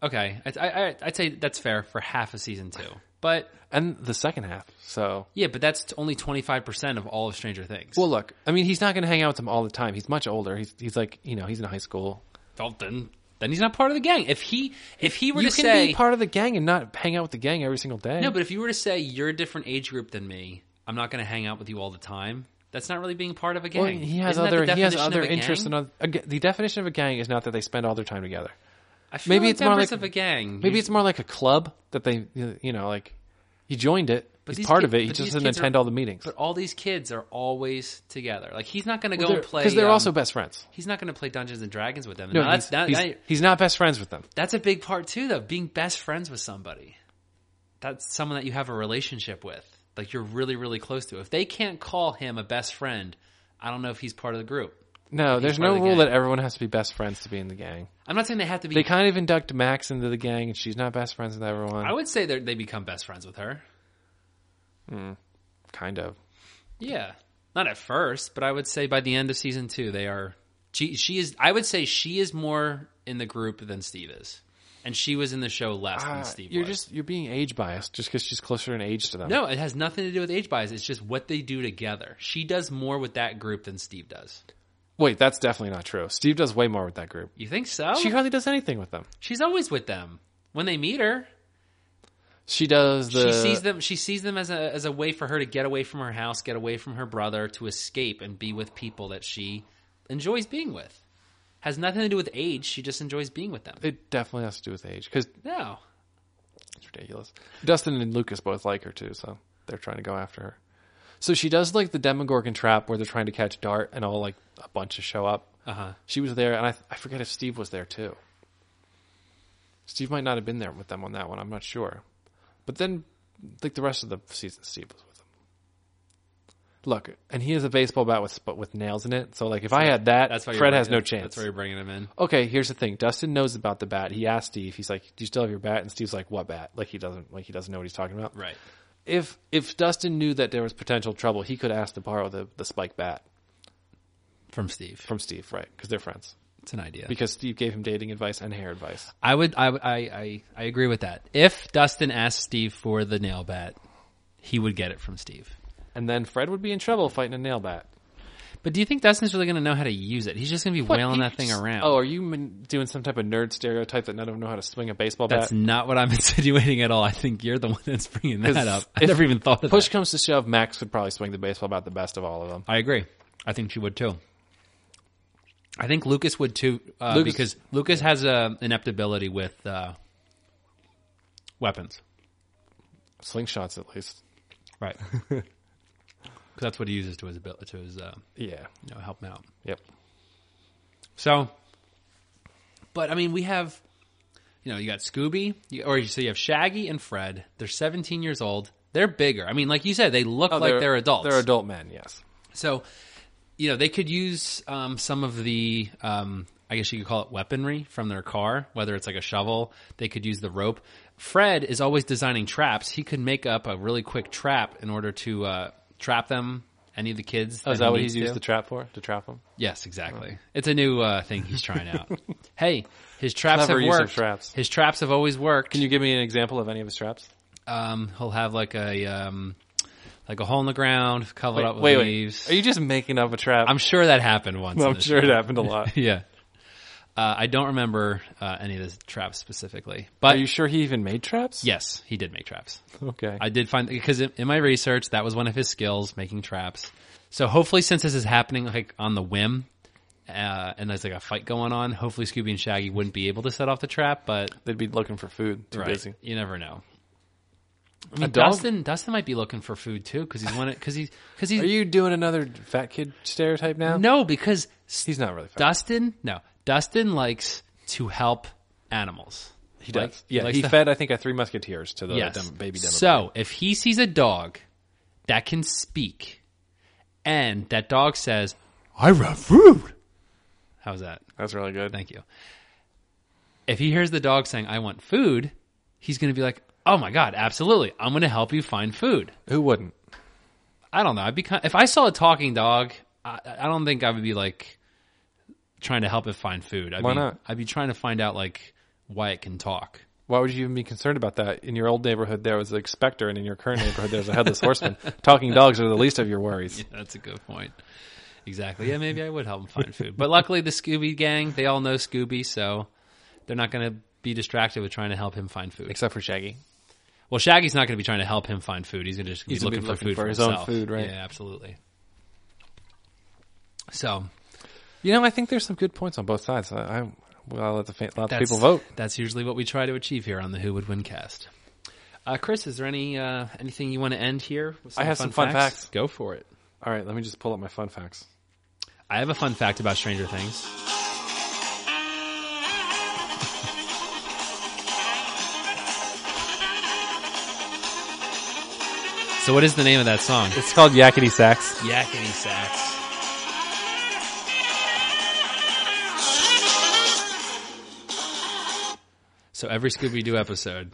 Speaker 3: okay. I, I, I- I'd say that's fair for half of season two, but
Speaker 4: and the second half. So
Speaker 3: yeah, but that's t- only twenty five percent of all of Stranger Things.
Speaker 4: Well, look, I mean, he's not going to hang out with them all the time. He's much older. He's he's like you know he's in high school.
Speaker 3: Dalton, then he's not part of the gang. If he, if he were
Speaker 4: you
Speaker 3: to
Speaker 4: can
Speaker 3: say
Speaker 4: be part of the gang and not hang out with the gang every single day.
Speaker 3: No, but if you were to say you're a different age group than me, I'm not going to hang out with you all the time. That's not really being part of a gang.
Speaker 4: Well, he has
Speaker 3: Isn't that the
Speaker 4: other he has
Speaker 3: definition of
Speaker 4: other
Speaker 3: a
Speaker 4: interests
Speaker 3: gang?
Speaker 4: and other, a g- the definition of a gang is not that they spend all their time together.
Speaker 3: I feel
Speaker 4: maybe
Speaker 3: like
Speaker 4: it's more
Speaker 3: members
Speaker 4: like-
Speaker 3: of a gang.
Speaker 4: Maybe it's more like a club that they you know like he joined it.
Speaker 3: But
Speaker 4: he's
Speaker 3: these
Speaker 4: part
Speaker 3: kid-
Speaker 4: of it. He
Speaker 3: but
Speaker 4: just
Speaker 3: these
Speaker 4: doesn't
Speaker 3: kids are-
Speaker 4: attend all the meetings.
Speaker 3: But all these kids are always together. Like he's not going to go
Speaker 4: Because
Speaker 3: and play
Speaker 4: they're
Speaker 3: um,
Speaker 4: also best friends.
Speaker 3: He's not going to play Dungeons and Dragons with them. And
Speaker 4: No,
Speaker 3: now that's
Speaker 4: he's,
Speaker 3: that-
Speaker 4: he's,
Speaker 3: that-
Speaker 4: he's not best friends with them.
Speaker 3: that's a big part too, though. Being best friends with somebody, that's someone that you have a relationship with, like you're really, really close to. If they can't call him a best friend, I don't know if he's part of the group.
Speaker 4: No, there's
Speaker 3: part of
Speaker 4: no
Speaker 3: the
Speaker 4: rule
Speaker 3: gang.
Speaker 4: that everyone has to be best friends to be in the gang.
Speaker 3: I'm not saying they have to be
Speaker 4: They kind of induct Max into the gang, and she's not best friends with everyone.
Speaker 3: I would say that they become best friends with her.
Speaker 4: kind of.
Speaker 3: Yeah, not at first, but I would say by the end of season two, they are. She, she is. I would say she is more in the group than Steve is, and she was in the show less
Speaker 4: Ah,
Speaker 3: than Steve.
Speaker 4: You're
Speaker 3: was.
Speaker 4: just you're being age biased just because she's closer in age to them.
Speaker 3: no. It has nothing to do with age bias. It's just what they do together. She does more with that group than Steve does.
Speaker 4: wait, that's definitely not true. Steve does way more with that group.
Speaker 3: You think so?
Speaker 4: She hardly does anything with them.
Speaker 3: She's always with them when they meet her.
Speaker 4: She does the.
Speaker 3: she sees them. She sees them as a as a way for her to get away from her house, get away from her brother, to escape and be with people that she enjoys being with. Has nothing to do with age. She just enjoys being with them.
Speaker 4: It definitely has to do with age because
Speaker 3: No,
Speaker 4: it's ridiculous. Dustin and Lucas both like her too, so they're trying to go after her. So she does like the Demogorgon trap where they're trying to catch Dart, and all like a bunch of show up.
Speaker 3: Uh-huh.
Speaker 4: She was there, and I I forget if Steve was there too. Steve might not have been there with them on that one. I'm not sure. But then, like the rest of the season, Steve was with them. Look, and he has a baseball bat with sp- with nails in it. So like, if I had that,
Speaker 3: that's why you're
Speaker 4: Fred
Speaker 3: bringing-
Speaker 4: has no
Speaker 3: that's-
Speaker 4: chance.
Speaker 3: That's why you're bringing him in.
Speaker 4: Okay, here's the thing. Dustin knows about the bat. He asked Steve. He's like, "Do you still have your bat?" And Steve's like, "What bat?" Like he doesn't like he doesn't know what he's talking about.
Speaker 3: Right.
Speaker 4: If if Dustin knew that there was potential trouble, he could ask to borrow the the spike bat
Speaker 3: From Steve.
Speaker 4: from Steve, right? Because they're friends.
Speaker 3: It's an idea.
Speaker 4: Because Steve gave him dating advice and hair advice.
Speaker 3: I would I, would- I I I agree with that. If Dustin asked Steve for the nail bat, he would get it from Steve.
Speaker 4: And then Fred would be in trouble fighting a nail bat.
Speaker 3: But do you think Dustin's really going to know how to use it? He's just going to be wailing that thing around.
Speaker 4: Oh, are you min- doing some type of nerd stereotype that none of them know how to swing a baseball
Speaker 3: That's
Speaker 4: bat?
Speaker 3: not what I'm insinuating at all. I think you're the one that's bringing
Speaker 4: 'Cause
Speaker 3: that up. I
Speaker 4: if
Speaker 3: never even thought of
Speaker 4: Push
Speaker 3: that.
Speaker 4: comes to shove, Max would probably swing the baseball bat the best of all of them.
Speaker 3: I agree. I think she would too. I think Lucas would too uh,
Speaker 4: Lucas-
Speaker 3: because Lucas has a ineptability with uh, weapons,
Speaker 4: Slingshots, at least.
Speaker 3: right? Because that's what he uses to his ability to his uh,
Speaker 4: Yeah.
Speaker 3: you know help him out.
Speaker 4: Yep.
Speaker 3: So But I mean, we have, you know, you got Scooby, you, or you- so you have Shaggy and Fred. They're 17 years old. They're bigger. I mean, like you said, they look
Speaker 4: Oh,
Speaker 3: like they're, adults.
Speaker 4: They're adult men, yes.
Speaker 3: So, you know, they could use um, some of the, um, I guess you could call it weaponry from their car, whether it's like a shovel, they could use the rope. Fred is always designing traps. He could make up a really quick trap in order to uh, trap them, any of the kids.
Speaker 4: Oh, is
Speaker 3: he
Speaker 4: that what
Speaker 3: needs
Speaker 4: he's used
Speaker 3: to?
Speaker 4: the trap for? To Oh. trap them?
Speaker 3: Yes, exactly. It's a new uh, thing he's trying out. hey, his traps
Speaker 4: Clever
Speaker 3: have
Speaker 4: use of
Speaker 3: worked.
Speaker 4: traps.
Speaker 3: His traps have always worked.
Speaker 4: Can you give me an example of any of his traps?
Speaker 3: um, he'll have like a um, like a hole in the ground, covered up with
Speaker 4: wait,
Speaker 3: leaves.
Speaker 4: wait. Are you just making up a trap?
Speaker 3: I'm sure that happened once. in
Speaker 4: I'm
Speaker 3: the
Speaker 4: sure
Speaker 3: show.
Speaker 4: it happened a lot.
Speaker 3: yeah. Uh, I don't remember uh, any of the traps specifically,
Speaker 4: Are
Speaker 3: but
Speaker 4: you sure he even made traps?
Speaker 3: yes, he did make traps.
Speaker 4: Okay.
Speaker 3: I did find because in, in my research that was one of his skills, making traps. So hopefully, since this is happening like on the whim, uh, and there's like a fight going on, hopefully Scooby and Shaggy wouldn't be able to set off the trap. But
Speaker 4: They'd be looking for food. Too
Speaker 3: right,
Speaker 4: busy.
Speaker 3: you never know. I mean,
Speaker 4: dog?
Speaker 3: Dustin, Dustin might be looking for food too because he's one because he's because he's
Speaker 4: Are you doing another fat kid stereotype now?
Speaker 3: no because
Speaker 4: He's not really fat.
Speaker 3: Dustin no Dustin likes to help animals.
Speaker 4: he
Speaker 3: like-
Speaker 4: does. Yeah,
Speaker 3: likes
Speaker 4: he
Speaker 3: to-
Speaker 4: fed, I think, I Three Musketeers to the
Speaker 3: yes.
Speaker 4: dem- baby demo.
Speaker 3: So if he sees a dog that can speak, and that dog says, "I want food," how's that?
Speaker 4: That's really good.
Speaker 3: Thank you. If he hears the dog saying, "I want food," he's going to be like, "Oh my god, absolutely! I'm going to help you find food."
Speaker 4: Who wouldn't?
Speaker 3: I don't know. I'd be kind if I saw a talking dog. I, I don't think I would be like trying to help it find food. I'd
Speaker 4: Why
Speaker 3: be,
Speaker 4: not?
Speaker 3: I'd be trying to find out like why it can talk.
Speaker 4: Why would you even be concerned about that? In your old neighborhood, there was a specter, and in your current neighborhood, there's a headless horseman. Talking dogs are the least of your worries.
Speaker 3: That's a good point. Exactly. Yeah, maybe I would help them find food. But luckily, the Scooby gang, they all know Scooby, so they're not going to be distracted with trying to help him find food.
Speaker 4: Except for Shaggy.
Speaker 3: Well, Shaggy's not going to be trying to help him find food. He's going to just be
Speaker 4: He's gonna
Speaker 3: looking,
Speaker 4: be
Speaker 3: for
Speaker 4: looking
Speaker 3: food
Speaker 4: for
Speaker 3: for
Speaker 4: his own
Speaker 3: himself.
Speaker 4: food, right?
Speaker 3: Yeah, absolutely. So
Speaker 4: You know, I think there's some good points on both sides. I, I well, I'll let the fa- let the people vote.
Speaker 3: That's usually what we try to achieve here on the Who Would Win cast. Uh, Chris, is there any uh, anything you want to end here? with
Speaker 4: I have some fun facts.
Speaker 3: Go for it.
Speaker 4: All right, let me just pull up my fun facts.
Speaker 3: I have a fun fact about Stranger Things. So, what is the name of that song?
Speaker 4: It's called Yakety Sax.
Speaker 3: Yakety Sax. So every Scooby Doo episode,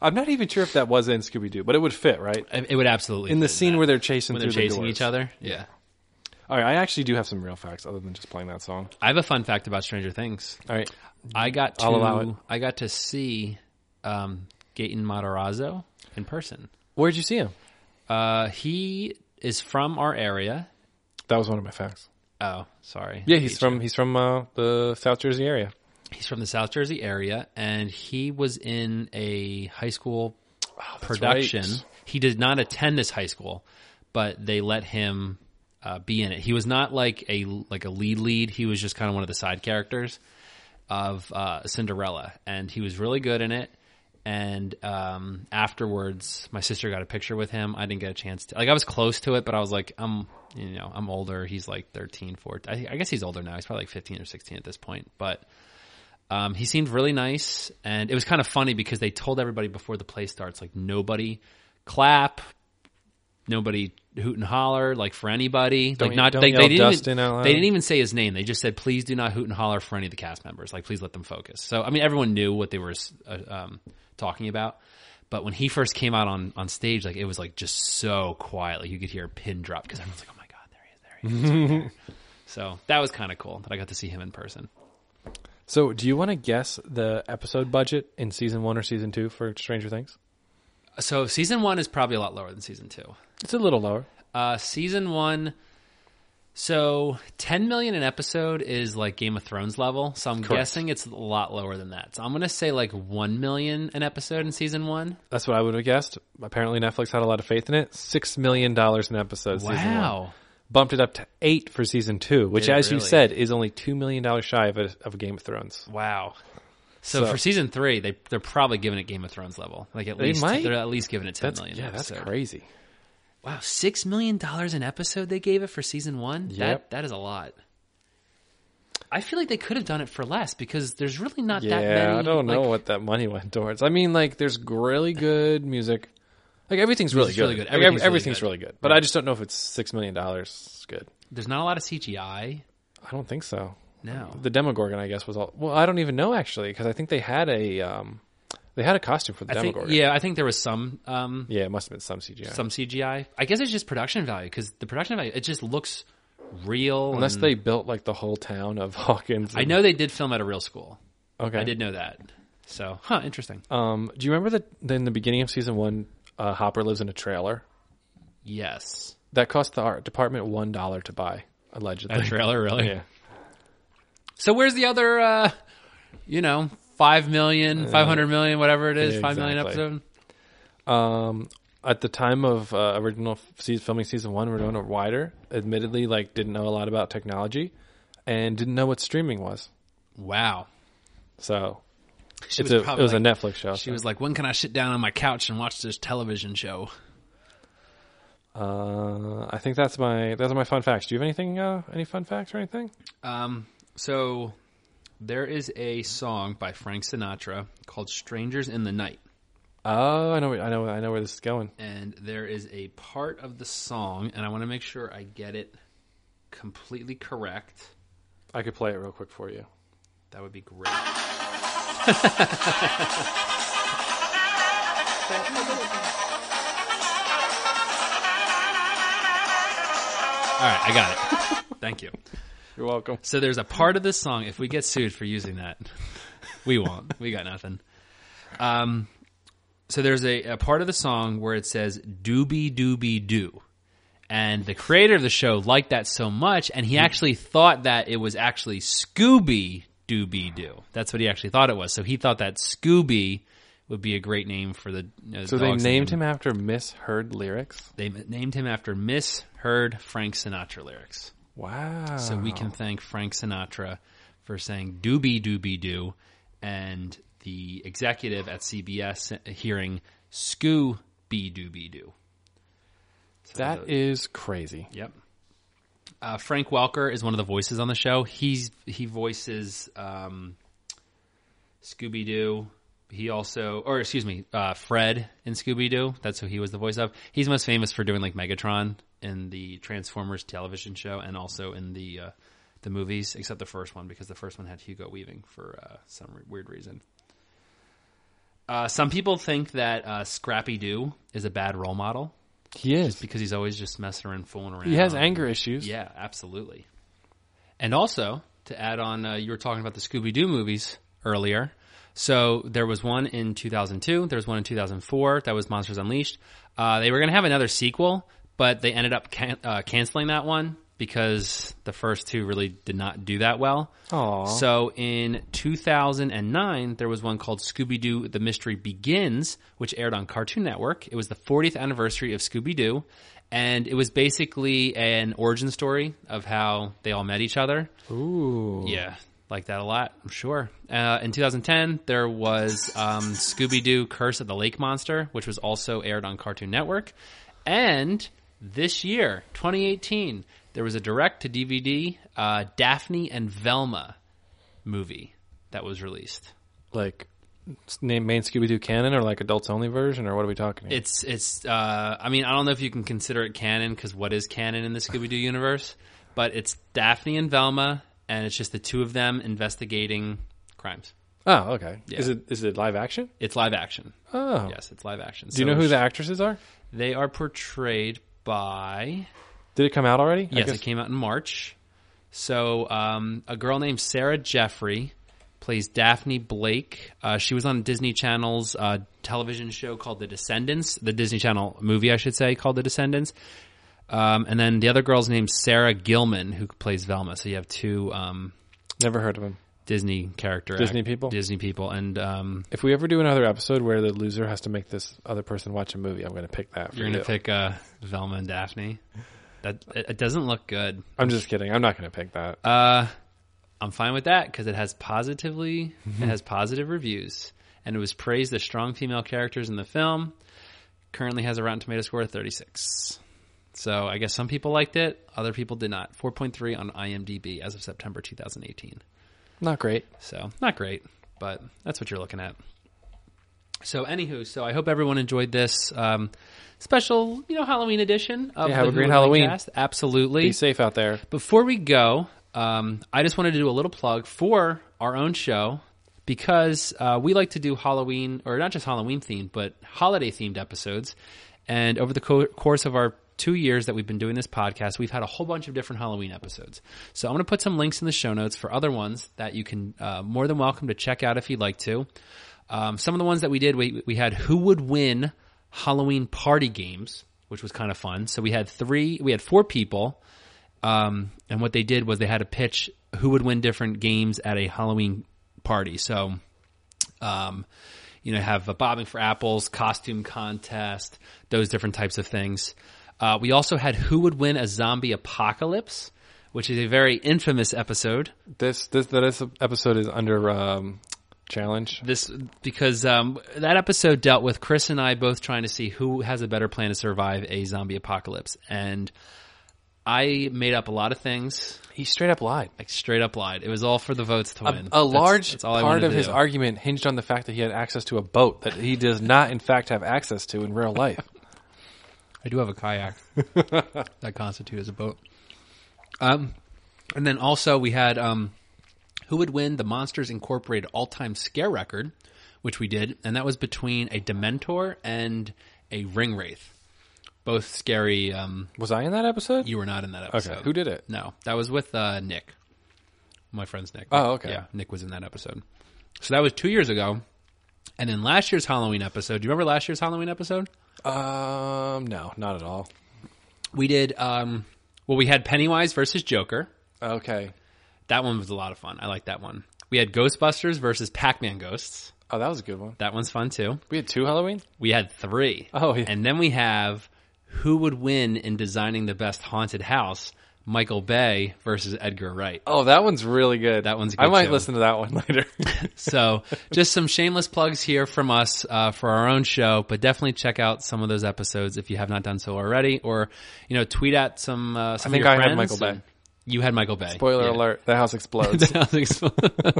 Speaker 4: I'm not even sure if that was in Scooby Doo, but it would fit, right?
Speaker 3: it it would absolutely
Speaker 4: In the
Speaker 3: fit
Speaker 4: scene
Speaker 3: that.
Speaker 4: where they're chasing
Speaker 3: when they're
Speaker 4: through the
Speaker 3: chasing
Speaker 4: doors.
Speaker 3: each other. Yeah,
Speaker 4: All right, I actually do have some real facts other than just playing that song.
Speaker 3: I have a fun fact about Stranger Things.
Speaker 4: All right,
Speaker 3: I got to
Speaker 4: I'll allow it.
Speaker 3: I got to see um, Gaten Matarazzo in person.
Speaker 4: where'd you see him?
Speaker 3: Uh, he is from our area.
Speaker 4: That was one of my facts.
Speaker 3: Oh, sorry.
Speaker 4: Yeah, he's from he's from uh, the South Jersey area.
Speaker 3: He's from the South Jersey area, and he was in a high school production.
Speaker 4: right.
Speaker 3: He did not attend this high school, but they let him uh, be in it. He was not like a like a lead lead. He was just kind of one of the side characters of uh, Cinderella, and he was really good in it. And um, afterwards, my sister got a picture with him. I didn't get a chance to like. I was close to it, but I was like, I'm you know I'm older. He's like 13, 14. I, think- I guess he's older now. He's probably like 15 or 16 at this point, but. Um, he seemed really nice, and it was kind of funny because they told everybody before the play starts, like nobody clap, nobody hoot and holler, like for anybody.
Speaker 4: Don't
Speaker 3: like
Speaker 4: you-
Speaker 3: not
Speaker 4: don't
Speaker 3: they,
Speaker 4: yell
Speaker 3: they didn't
Speaker 4: Dustin out
Speaker 3: even,
Speaker 4: loud.
Speaker 3: they didn't even say his name. They just said, "Please do not hoot and holler for any of the cast members. Like please let them focus." So I mean, everyone knew what they were uh, um, talking about. But when he first came out on, on stage, like it was like just so quiet, like you could hear a pin drop because everyone's like, "Oh my god, there he is, there he is." He's right there." so that was kind of cool that I got to see him in person.
Speaker 4: So, do you want to guess the episode budget in season one or season two for Stranger Things?
Speaker 3: So season one is probably a lot lower than season two.
Speaker 4: It's a little lower.
Speaker 3: Uh, season one, so ten million an episode is like Game of Thrones level. So I'm guessing it's a lot lower than that. So I'm gonna say like one million an episode in season one.
Speaker 4: That's what I would have guessed. Apparently, Netflix had a lot of faith in it. Six million dollars an episode. Season one.
Speaker 3: Wow.
Speaker 4: Bumped it up to eight for season two, which,
Speaker 3: Did it
Speaker 4: as you
Speaker 3: really?
Speaker 4: said, is only two million dollars shy of a, of Game of Thrones.
Speaker 3: Wow. So,
Speaker 4: So-
Speaker 3: for season three, they they're probably giving it Game of Thrones level. Like at
Speaker 4: They
Speaker 3: least
Speaker 4: might.
Speaker 3: they're at least giving it ten
Speaker 4: That's
Speaker 3: million.
Speaker 4: yeah,
Speaker 3: an
Speaker 4: that's
Speaker 3: episode.
Speaker 4: crazy.
Speaker 3: Wow, six million dollars an episode they gave it for season one.
Speaker 4: Yep.
Speaker 3: That that is a lot. I feel like they could have done it for less because there's really not
Speaker 4: Yeah,
Speaker 3: that many.
Speaker 4: I don't know
Speaker 3: like,
Speaker 4: what that money went towards. I mean, like, there's really good music. Like everything's really
Speaker 3: Music's
Speaker 4: good.
Speaker 3: really good.
Speaker 4: Like, every-
Speaker 3: Everything's really
Speaker 4: everything's
Speaker 3: good.
Speaker 4: really good. But I just don't know if it's six million dollars good.
Speaker 3: There's not a lot of CGI.
Speaker 4: I don't think so.
Speaker 3: No.
Speaker 4: The Demogorgon, I guess, was all. Well, I don't even know actually, because I think they had a um, they had a costume for the
Speaker 3: I think,
Speaker 4: Demogorgon.
Speaker 3: yeah, I think there was some um,
Speaker 4: yeah, it must have been some CGI.
Speaker 3: some CGI. I guess it's just production value because the production value it just looks real.
Speaker 4: Unless
Speaker 3: and-
Speaker 4: they built like the whole town of Hawkins.
Speaker 3: Mm. I
Speaker 4: and-
Speaker 3: know they did film at a real school.
Speaker 4: Okay.
Speaker 3: I did know that. So, huh, interesting.
Speaker 4: Um, do you remember that in the beginning of season one, uh, Hopper lives in a trailer
Speaker 3: yes,
Speaker 4: that cost the art department one dollar to buy, allegedly.
Speaker 3: that trailer really.
Speaker 4: Yeah.
Speaker 3: So where's the other, uh, you know, five million, five hundred million, whatever it is,
Speaker 4: yeah,
Speaker 3: five million
Speaker 4: exactly.
Speaker 3: episode?
Speaker 4: at the time of uh, original f- se- filming season one, Winona Ryder admittedly like didn't know a lot about technology and didn't know what streaming was.
Speaker 3: Wow.
Speaker 4: So
Speaker 3: She
Speaker 4: it's a, it
Speaker 3: probably
Speaker 4: was a
Speaker 3: like-
Speaker 4: Netflix show.
Speaker 3: She was like, "When can I sit down on my couch and watch this television show?"
Speaker 4: uh, I think that's my those are my fun facts. Do you have anything? Uh, any fun facts or anything?
Speaker 3: So there is a song by Frank Sinatra called "Strangers in the Night." Uh,
Speaker 4: Oh, I know, I know, I know where this is going.
Speaker 3: and there is a part of the song, and I want to make sure I get it completely correct.
Speaker 4: I could play it real quick for you.
Speaker 3: That would be great. All right, I got it. Thank you.
Speaker 4: You're welcome.
Speaker 3: So there's a part of this song. If we get sued for using that, we won't. We got nothing. Um, so there's a, a part of the song where it says "doobie doobie doo," and the creator of the show liked that so much, and he actually thought that it was actually Scooby Dooby Doo. That's what he actually thought it was. So he thought that Scooby would be a great name for the. Uh,
Speaker 4: So they
Speaker 3: dog's
Speaker 4: named
Speaker 3: name.
Speaker 4: him after misheard lyrics.
Speaker 3: They named him after misheard Frank Sinatra lyrics.
Speaker 4: Wow.
Speaker 3: So we can thank Frank Sinatra for saying doobie doobie doo and the executive at CBS hearing scoo bee doobie doo.
Speaker 4: that is crazy.
Speaker 3: Yep. Uh, Frank Welker is one of the voices on the show. He's he voices um, Scooby Doo. He also, or excuse me, uh, Fred in Scooby Doo. That's who he was the voice of. He's most famous for doing like Megatron in the Transformers television show, and also in the uh, the movies, except the first one because the first one had Hugo Weaving for uh, some re- weird reason. Uh, some people think that uh, Scrappy Doo is a bad role model
Speaker 4: He is.
Speaker 3: because he's always just messing around, fooling around.
Speaker 4: He has anger issues.
Speaker 3: Yeah, absolutely. And also to add on, uh, you were talking about the Scooby Doo movies earlier. So there was one in 2002. There was one in 2004. That was Monsters Unleashed. Uh, they were going to have another sequel, but they ended up can- uh, canceling that one because the first two really did not do that well.
Speaker 4: Aw.
Speaker 3: So in 2009, there was one called Scooby Doo The Mystery Begins, which aired on Cartoon Network. It was the 40th anniversary of Scooby Doo, and it was basically an origin story of how they all met each other.
Speaker 4: Ooh.
Speaker 3: Yeah, like that a lot, I'm sure. Uh, in 2010, there was um, Scooby Doo Curse of the Lake Monster, which was also aired on Cartoon Network. And this year, 2018, there was a direct to DVD uh, Daphne and Velma movie that was released.
Speaker 4: like s- name main Scooby Doo canon or like adults only version or what are we talking? Here?
Speaker 3: It's it's. Uh, I mean, I don't know if you can consider it canon because what is canon in the Scooby Doo universe? But it's Daphne and Velma, and it's just the two of them investigating crimes.
Speaker 4: oh, okay.
Speaker 3: Yeah.
Speaker 4: Is it is it live action?
Speaker 3: It's live action.
Speaker 4: Oh,
Speaker 3: Yes, it's live action.
Speaker 4: Do you know who the actresses are?
Speaker 3: They are portrayed by.
Speaker 4: Did it come out already? I
Speaker 3: Yes,
Speaker 4: guess-
Speaker 3: it came out in March. So um, a girl named Sarah Jeffrey plays Daphne Blake. Uh, she was on Disney Channel's uh, television show called The Descendants, the Disney Channel movie, I should say, called The Descendants. Um, and then the other girl's named Sarah Gilman, who plays Velma. So you have two um,
Speaker 4: Never heard of him.
Speaker 3: Disney character
Speaker 4: Disney people?
Speaker 3: Disney people, and um,
Speaker 4: If we ever do another episode where the loser has to make this other person watch a movie, I'm going to pick that. For
Speaker 3: you're gonna
Speaker 4: you.
Speaker 3: pick uh, Velma and Daphne. That it, it doesn't look good.
Speaker 4: I'm just kidding. I'm not going to pick that.
Speaker 3: Uh, I'm fine with that because it has positively it
Speaker 4: Mm-hmm.
Speaker 3: has positive reviews and it was praised as strong female characters in the film. Currently has a Rotten Tomato score of 36. So I guess some people liked it, other people did not. 4.3 on IMDb as of September 2018.
Speaker 4: Not great.
Speaker 3: So not great, but that's what you're looking at. So anywho, so I hope everyone enjoyed this um, special, you know, Halloween edition of the
Speaker 4: Yeah, have a
Speaker 3: Who
Speaker 4: great
Speaker 3: Would Win
Speaker 4: Halloween.
Speaker 3: Cast. Absolutely.
Speaker 4: Be safe out there.
Speaker 3: Before we go, um, I just wanted to do a little plug for our own show because uh, we like to do Halloween, or not just Halloween themed, but holiday themed episodes. And over the co- course of our two years that we've been doing this podcast, we've had a whole bunch of different Halloween episodes. So I'm going to put some links in the show notes for other ones that you can uh, more than welcome to check out if you'd like to. Um, some of the ones that we did, we, we had who would win Halloween party games, which was kind of fun. So we had three, we had four people. Um, and what they did was they had to pitch who would win different games at a Halloween party. So, um, you know, have a bobbing for apples, costume contest, those different types of things. Uh, we also had who would win a zombie apocalypse, which is a very infamous episode.
Speaker 4: This this this episode is under um, challenge.
Speaker 3: This because um, that episode dealt with Chris and I both trying to see who has a better plan to survive a zombie apocalypse, and I made up a lot of things.
Speaker 4: He straight up lied.
Speaker 3: Like straight up lied. It was all for the votes to
Speaker 4: A,
Speaker 3: win.
Speaker 4: a
Speaker 3: That's-
Speaker 4: large
Speaker 3: that's all I
Speaker 4: part
Speaker 3: wanted
Speaker 4: of
Speaker 3: to
Speaker 4: his
Speaker 3: do.
Speaker 4: argument hinged on the fact that he had access to a boat that he does not, in fact, have access to in real life.
Speaker 3: I do have a kayak that constitutes a boat. Um, and then also we had um, who would win the Monsters Incorporated all-time scare record, which we did, and that was between a Dementor and a Ring Wraith, both scary. Um,
Speaker 4: Was I in that episode?
Speaker 3: you were not in that episode.
Speaker 4: okay. Who did it?
Speaker 3: No, that was with uh, Nick, my friend's Nick.
Speaker 4: Oh, okay.
Speaker 3: Yeah, Nick was in that episode. So that was two years ago, and then last year's Halloween episode. Do you remember last year's Halloween episode?
Speaker 4: Um, no, not at all.
Speaker 3: We did. Um, well, we had Pennywise versus Joker.
Speaker 4: Okay.
Speaker 3: That one was a lot of fun. I like that one. We had Ghostbusters versus Pac-Man Ghosts.
Speaker 4: Oh, that was a good one.
Speaker 3: That one's fun too.
Speaker 4: We had two Halloween.
Speaker 3: We had three.
Speaker 4: Oh, yeah.
Speaker 3: And then we have who would win in designing the best haunted house? Michael Bay versus Edgar Wright.
Speaker 4: Oh, that one's really good.
Speaker 3: That one's
Speaker 4: I
Speaker 3: good,
Speaker 4: might
Speaker 3: too.
Speaker 4: listen to that one later.
Speaker 3: So, just some shameless plugs here from us uh, for our own show, but definitely check out some of those episodes if you have not done so already, or you know, tweet at some. Uh, some of
Speaker 4: think
Speaker 3: your
Speaker 4: I had
Speaker 3: friends.
Speaker 4: Michael Bay.
Speaker 3: You had Michael Bay.
Speaker 4: Spoiler
Speaker 3: Yeah.
Speaker 4: alert: the house explodes.
Speaker 3: I think so.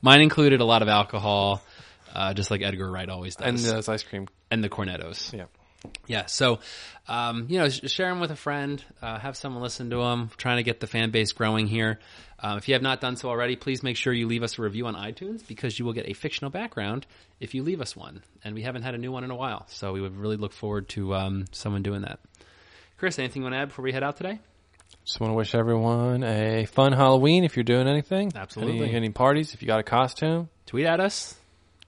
Speaker 3: Mine included a lot of alcohol, uh, just like Edgar Wright always does,
Speaker 4: and
Speaker 3: and,
Speaker 4: there's ice cream.
Speaker 3: the cornetos.
Speaker 4: Yeah.
Speaker 3: Yeah. So, um, you know, sh- share them with a friend. Uh, have someone listen to them. Trying to get the fan base growing here. Um, if you have not done so already, please make sure you leave us a review on iTunes because you will get a fictional background if you leave us one. And we haven't had a new one in a while, so we would really look forward to um, someone doing that. Chris, anything you want to add before we head out today?
Speaker 4: Just want to wish everyone a fun Halloween if you're doing anything.
Speaker 3: Absolutely.
Speaker 4: Any, any parties? If you got a costume,
Speaker 3: Tweet at us.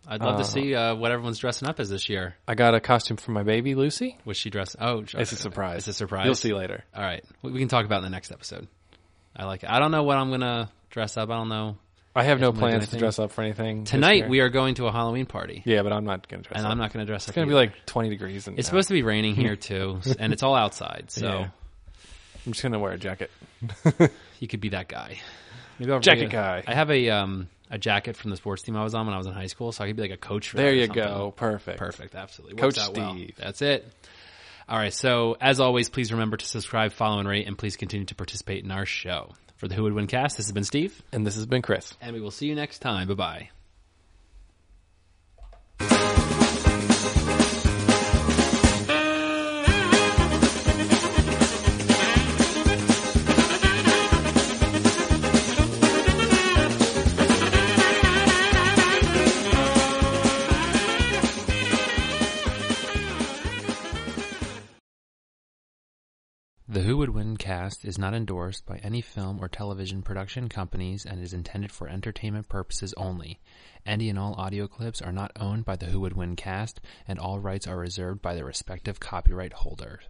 Speaker 3: I'd love to see uh, what everyone's dressing up as this year.
Speaker 4: I got a costume for my baby Lucy.
Speaker 3: Was she dressed? Oh,
Speaker 4: It's a surprise.
Speaker 3: It's a surprise.
Speaker 4: You'll see later.
Speaker 3: All right, we we can talk about it in the next episode. I like it. I don't know what I'm gonna dress up. I don't know.
Speaker 4: I have no
Speaker 3: Guys, am I doing
Speaker 4: plans to
Speaker 3: anything?
Speaker 4: dress up for anything this
Speaker 3: Tonight
Speaker 4: year.
Speaker 3: we are going to a Halloween party,
Speaker 4: Yeah, but I'm not gonna dress
Speaker 3: and
Speaker 4: up.
Speaker 3: I'm not gonna dress up.
Speaker 4: It's gonna be
Speaker 3: either.
Speaker 4: like 20 degrees, and
Speaker 3: it's supposed to be raining here too, and it's all outside. So
Speaker 4: Yeah. I'm just gonna wear a jacket.
Speaker 3: you could be that guy. Maybe I'll bring
Speaker 4: Jacket
Speaker 3: a-
Speaker 4: guy.
Speaker 3: I have a um a jacket from the sports team I was on when I was in high school, so I could be like a coach. For that
Speaker 4: There
Speaker 3: or
Speaker 4: you
Speaker 3: something.
Speaker 4: go. Perfect.
Speaker 3: Perfect. Absolutely.
Speaker 4: Coach
Speaker 3: Works out well.
Speaker 4: Steve.
Speaker 3: That's it. All right. So as always, please remember to subscribe, follow, and rate, and please continue to participate in our show. For the Who Would Win cast, this has been Steve,
Speaker 4: And this has been Chris.
Speaker 3: and we will see you next time. Bye bye. The Who Would Win cast is not endorsed by any film or television production companies and is intended for entertainment purposes only. Any and all audio clips are not owned by the Who Would Win cast, and all rights are reserved by their respective copyright holders.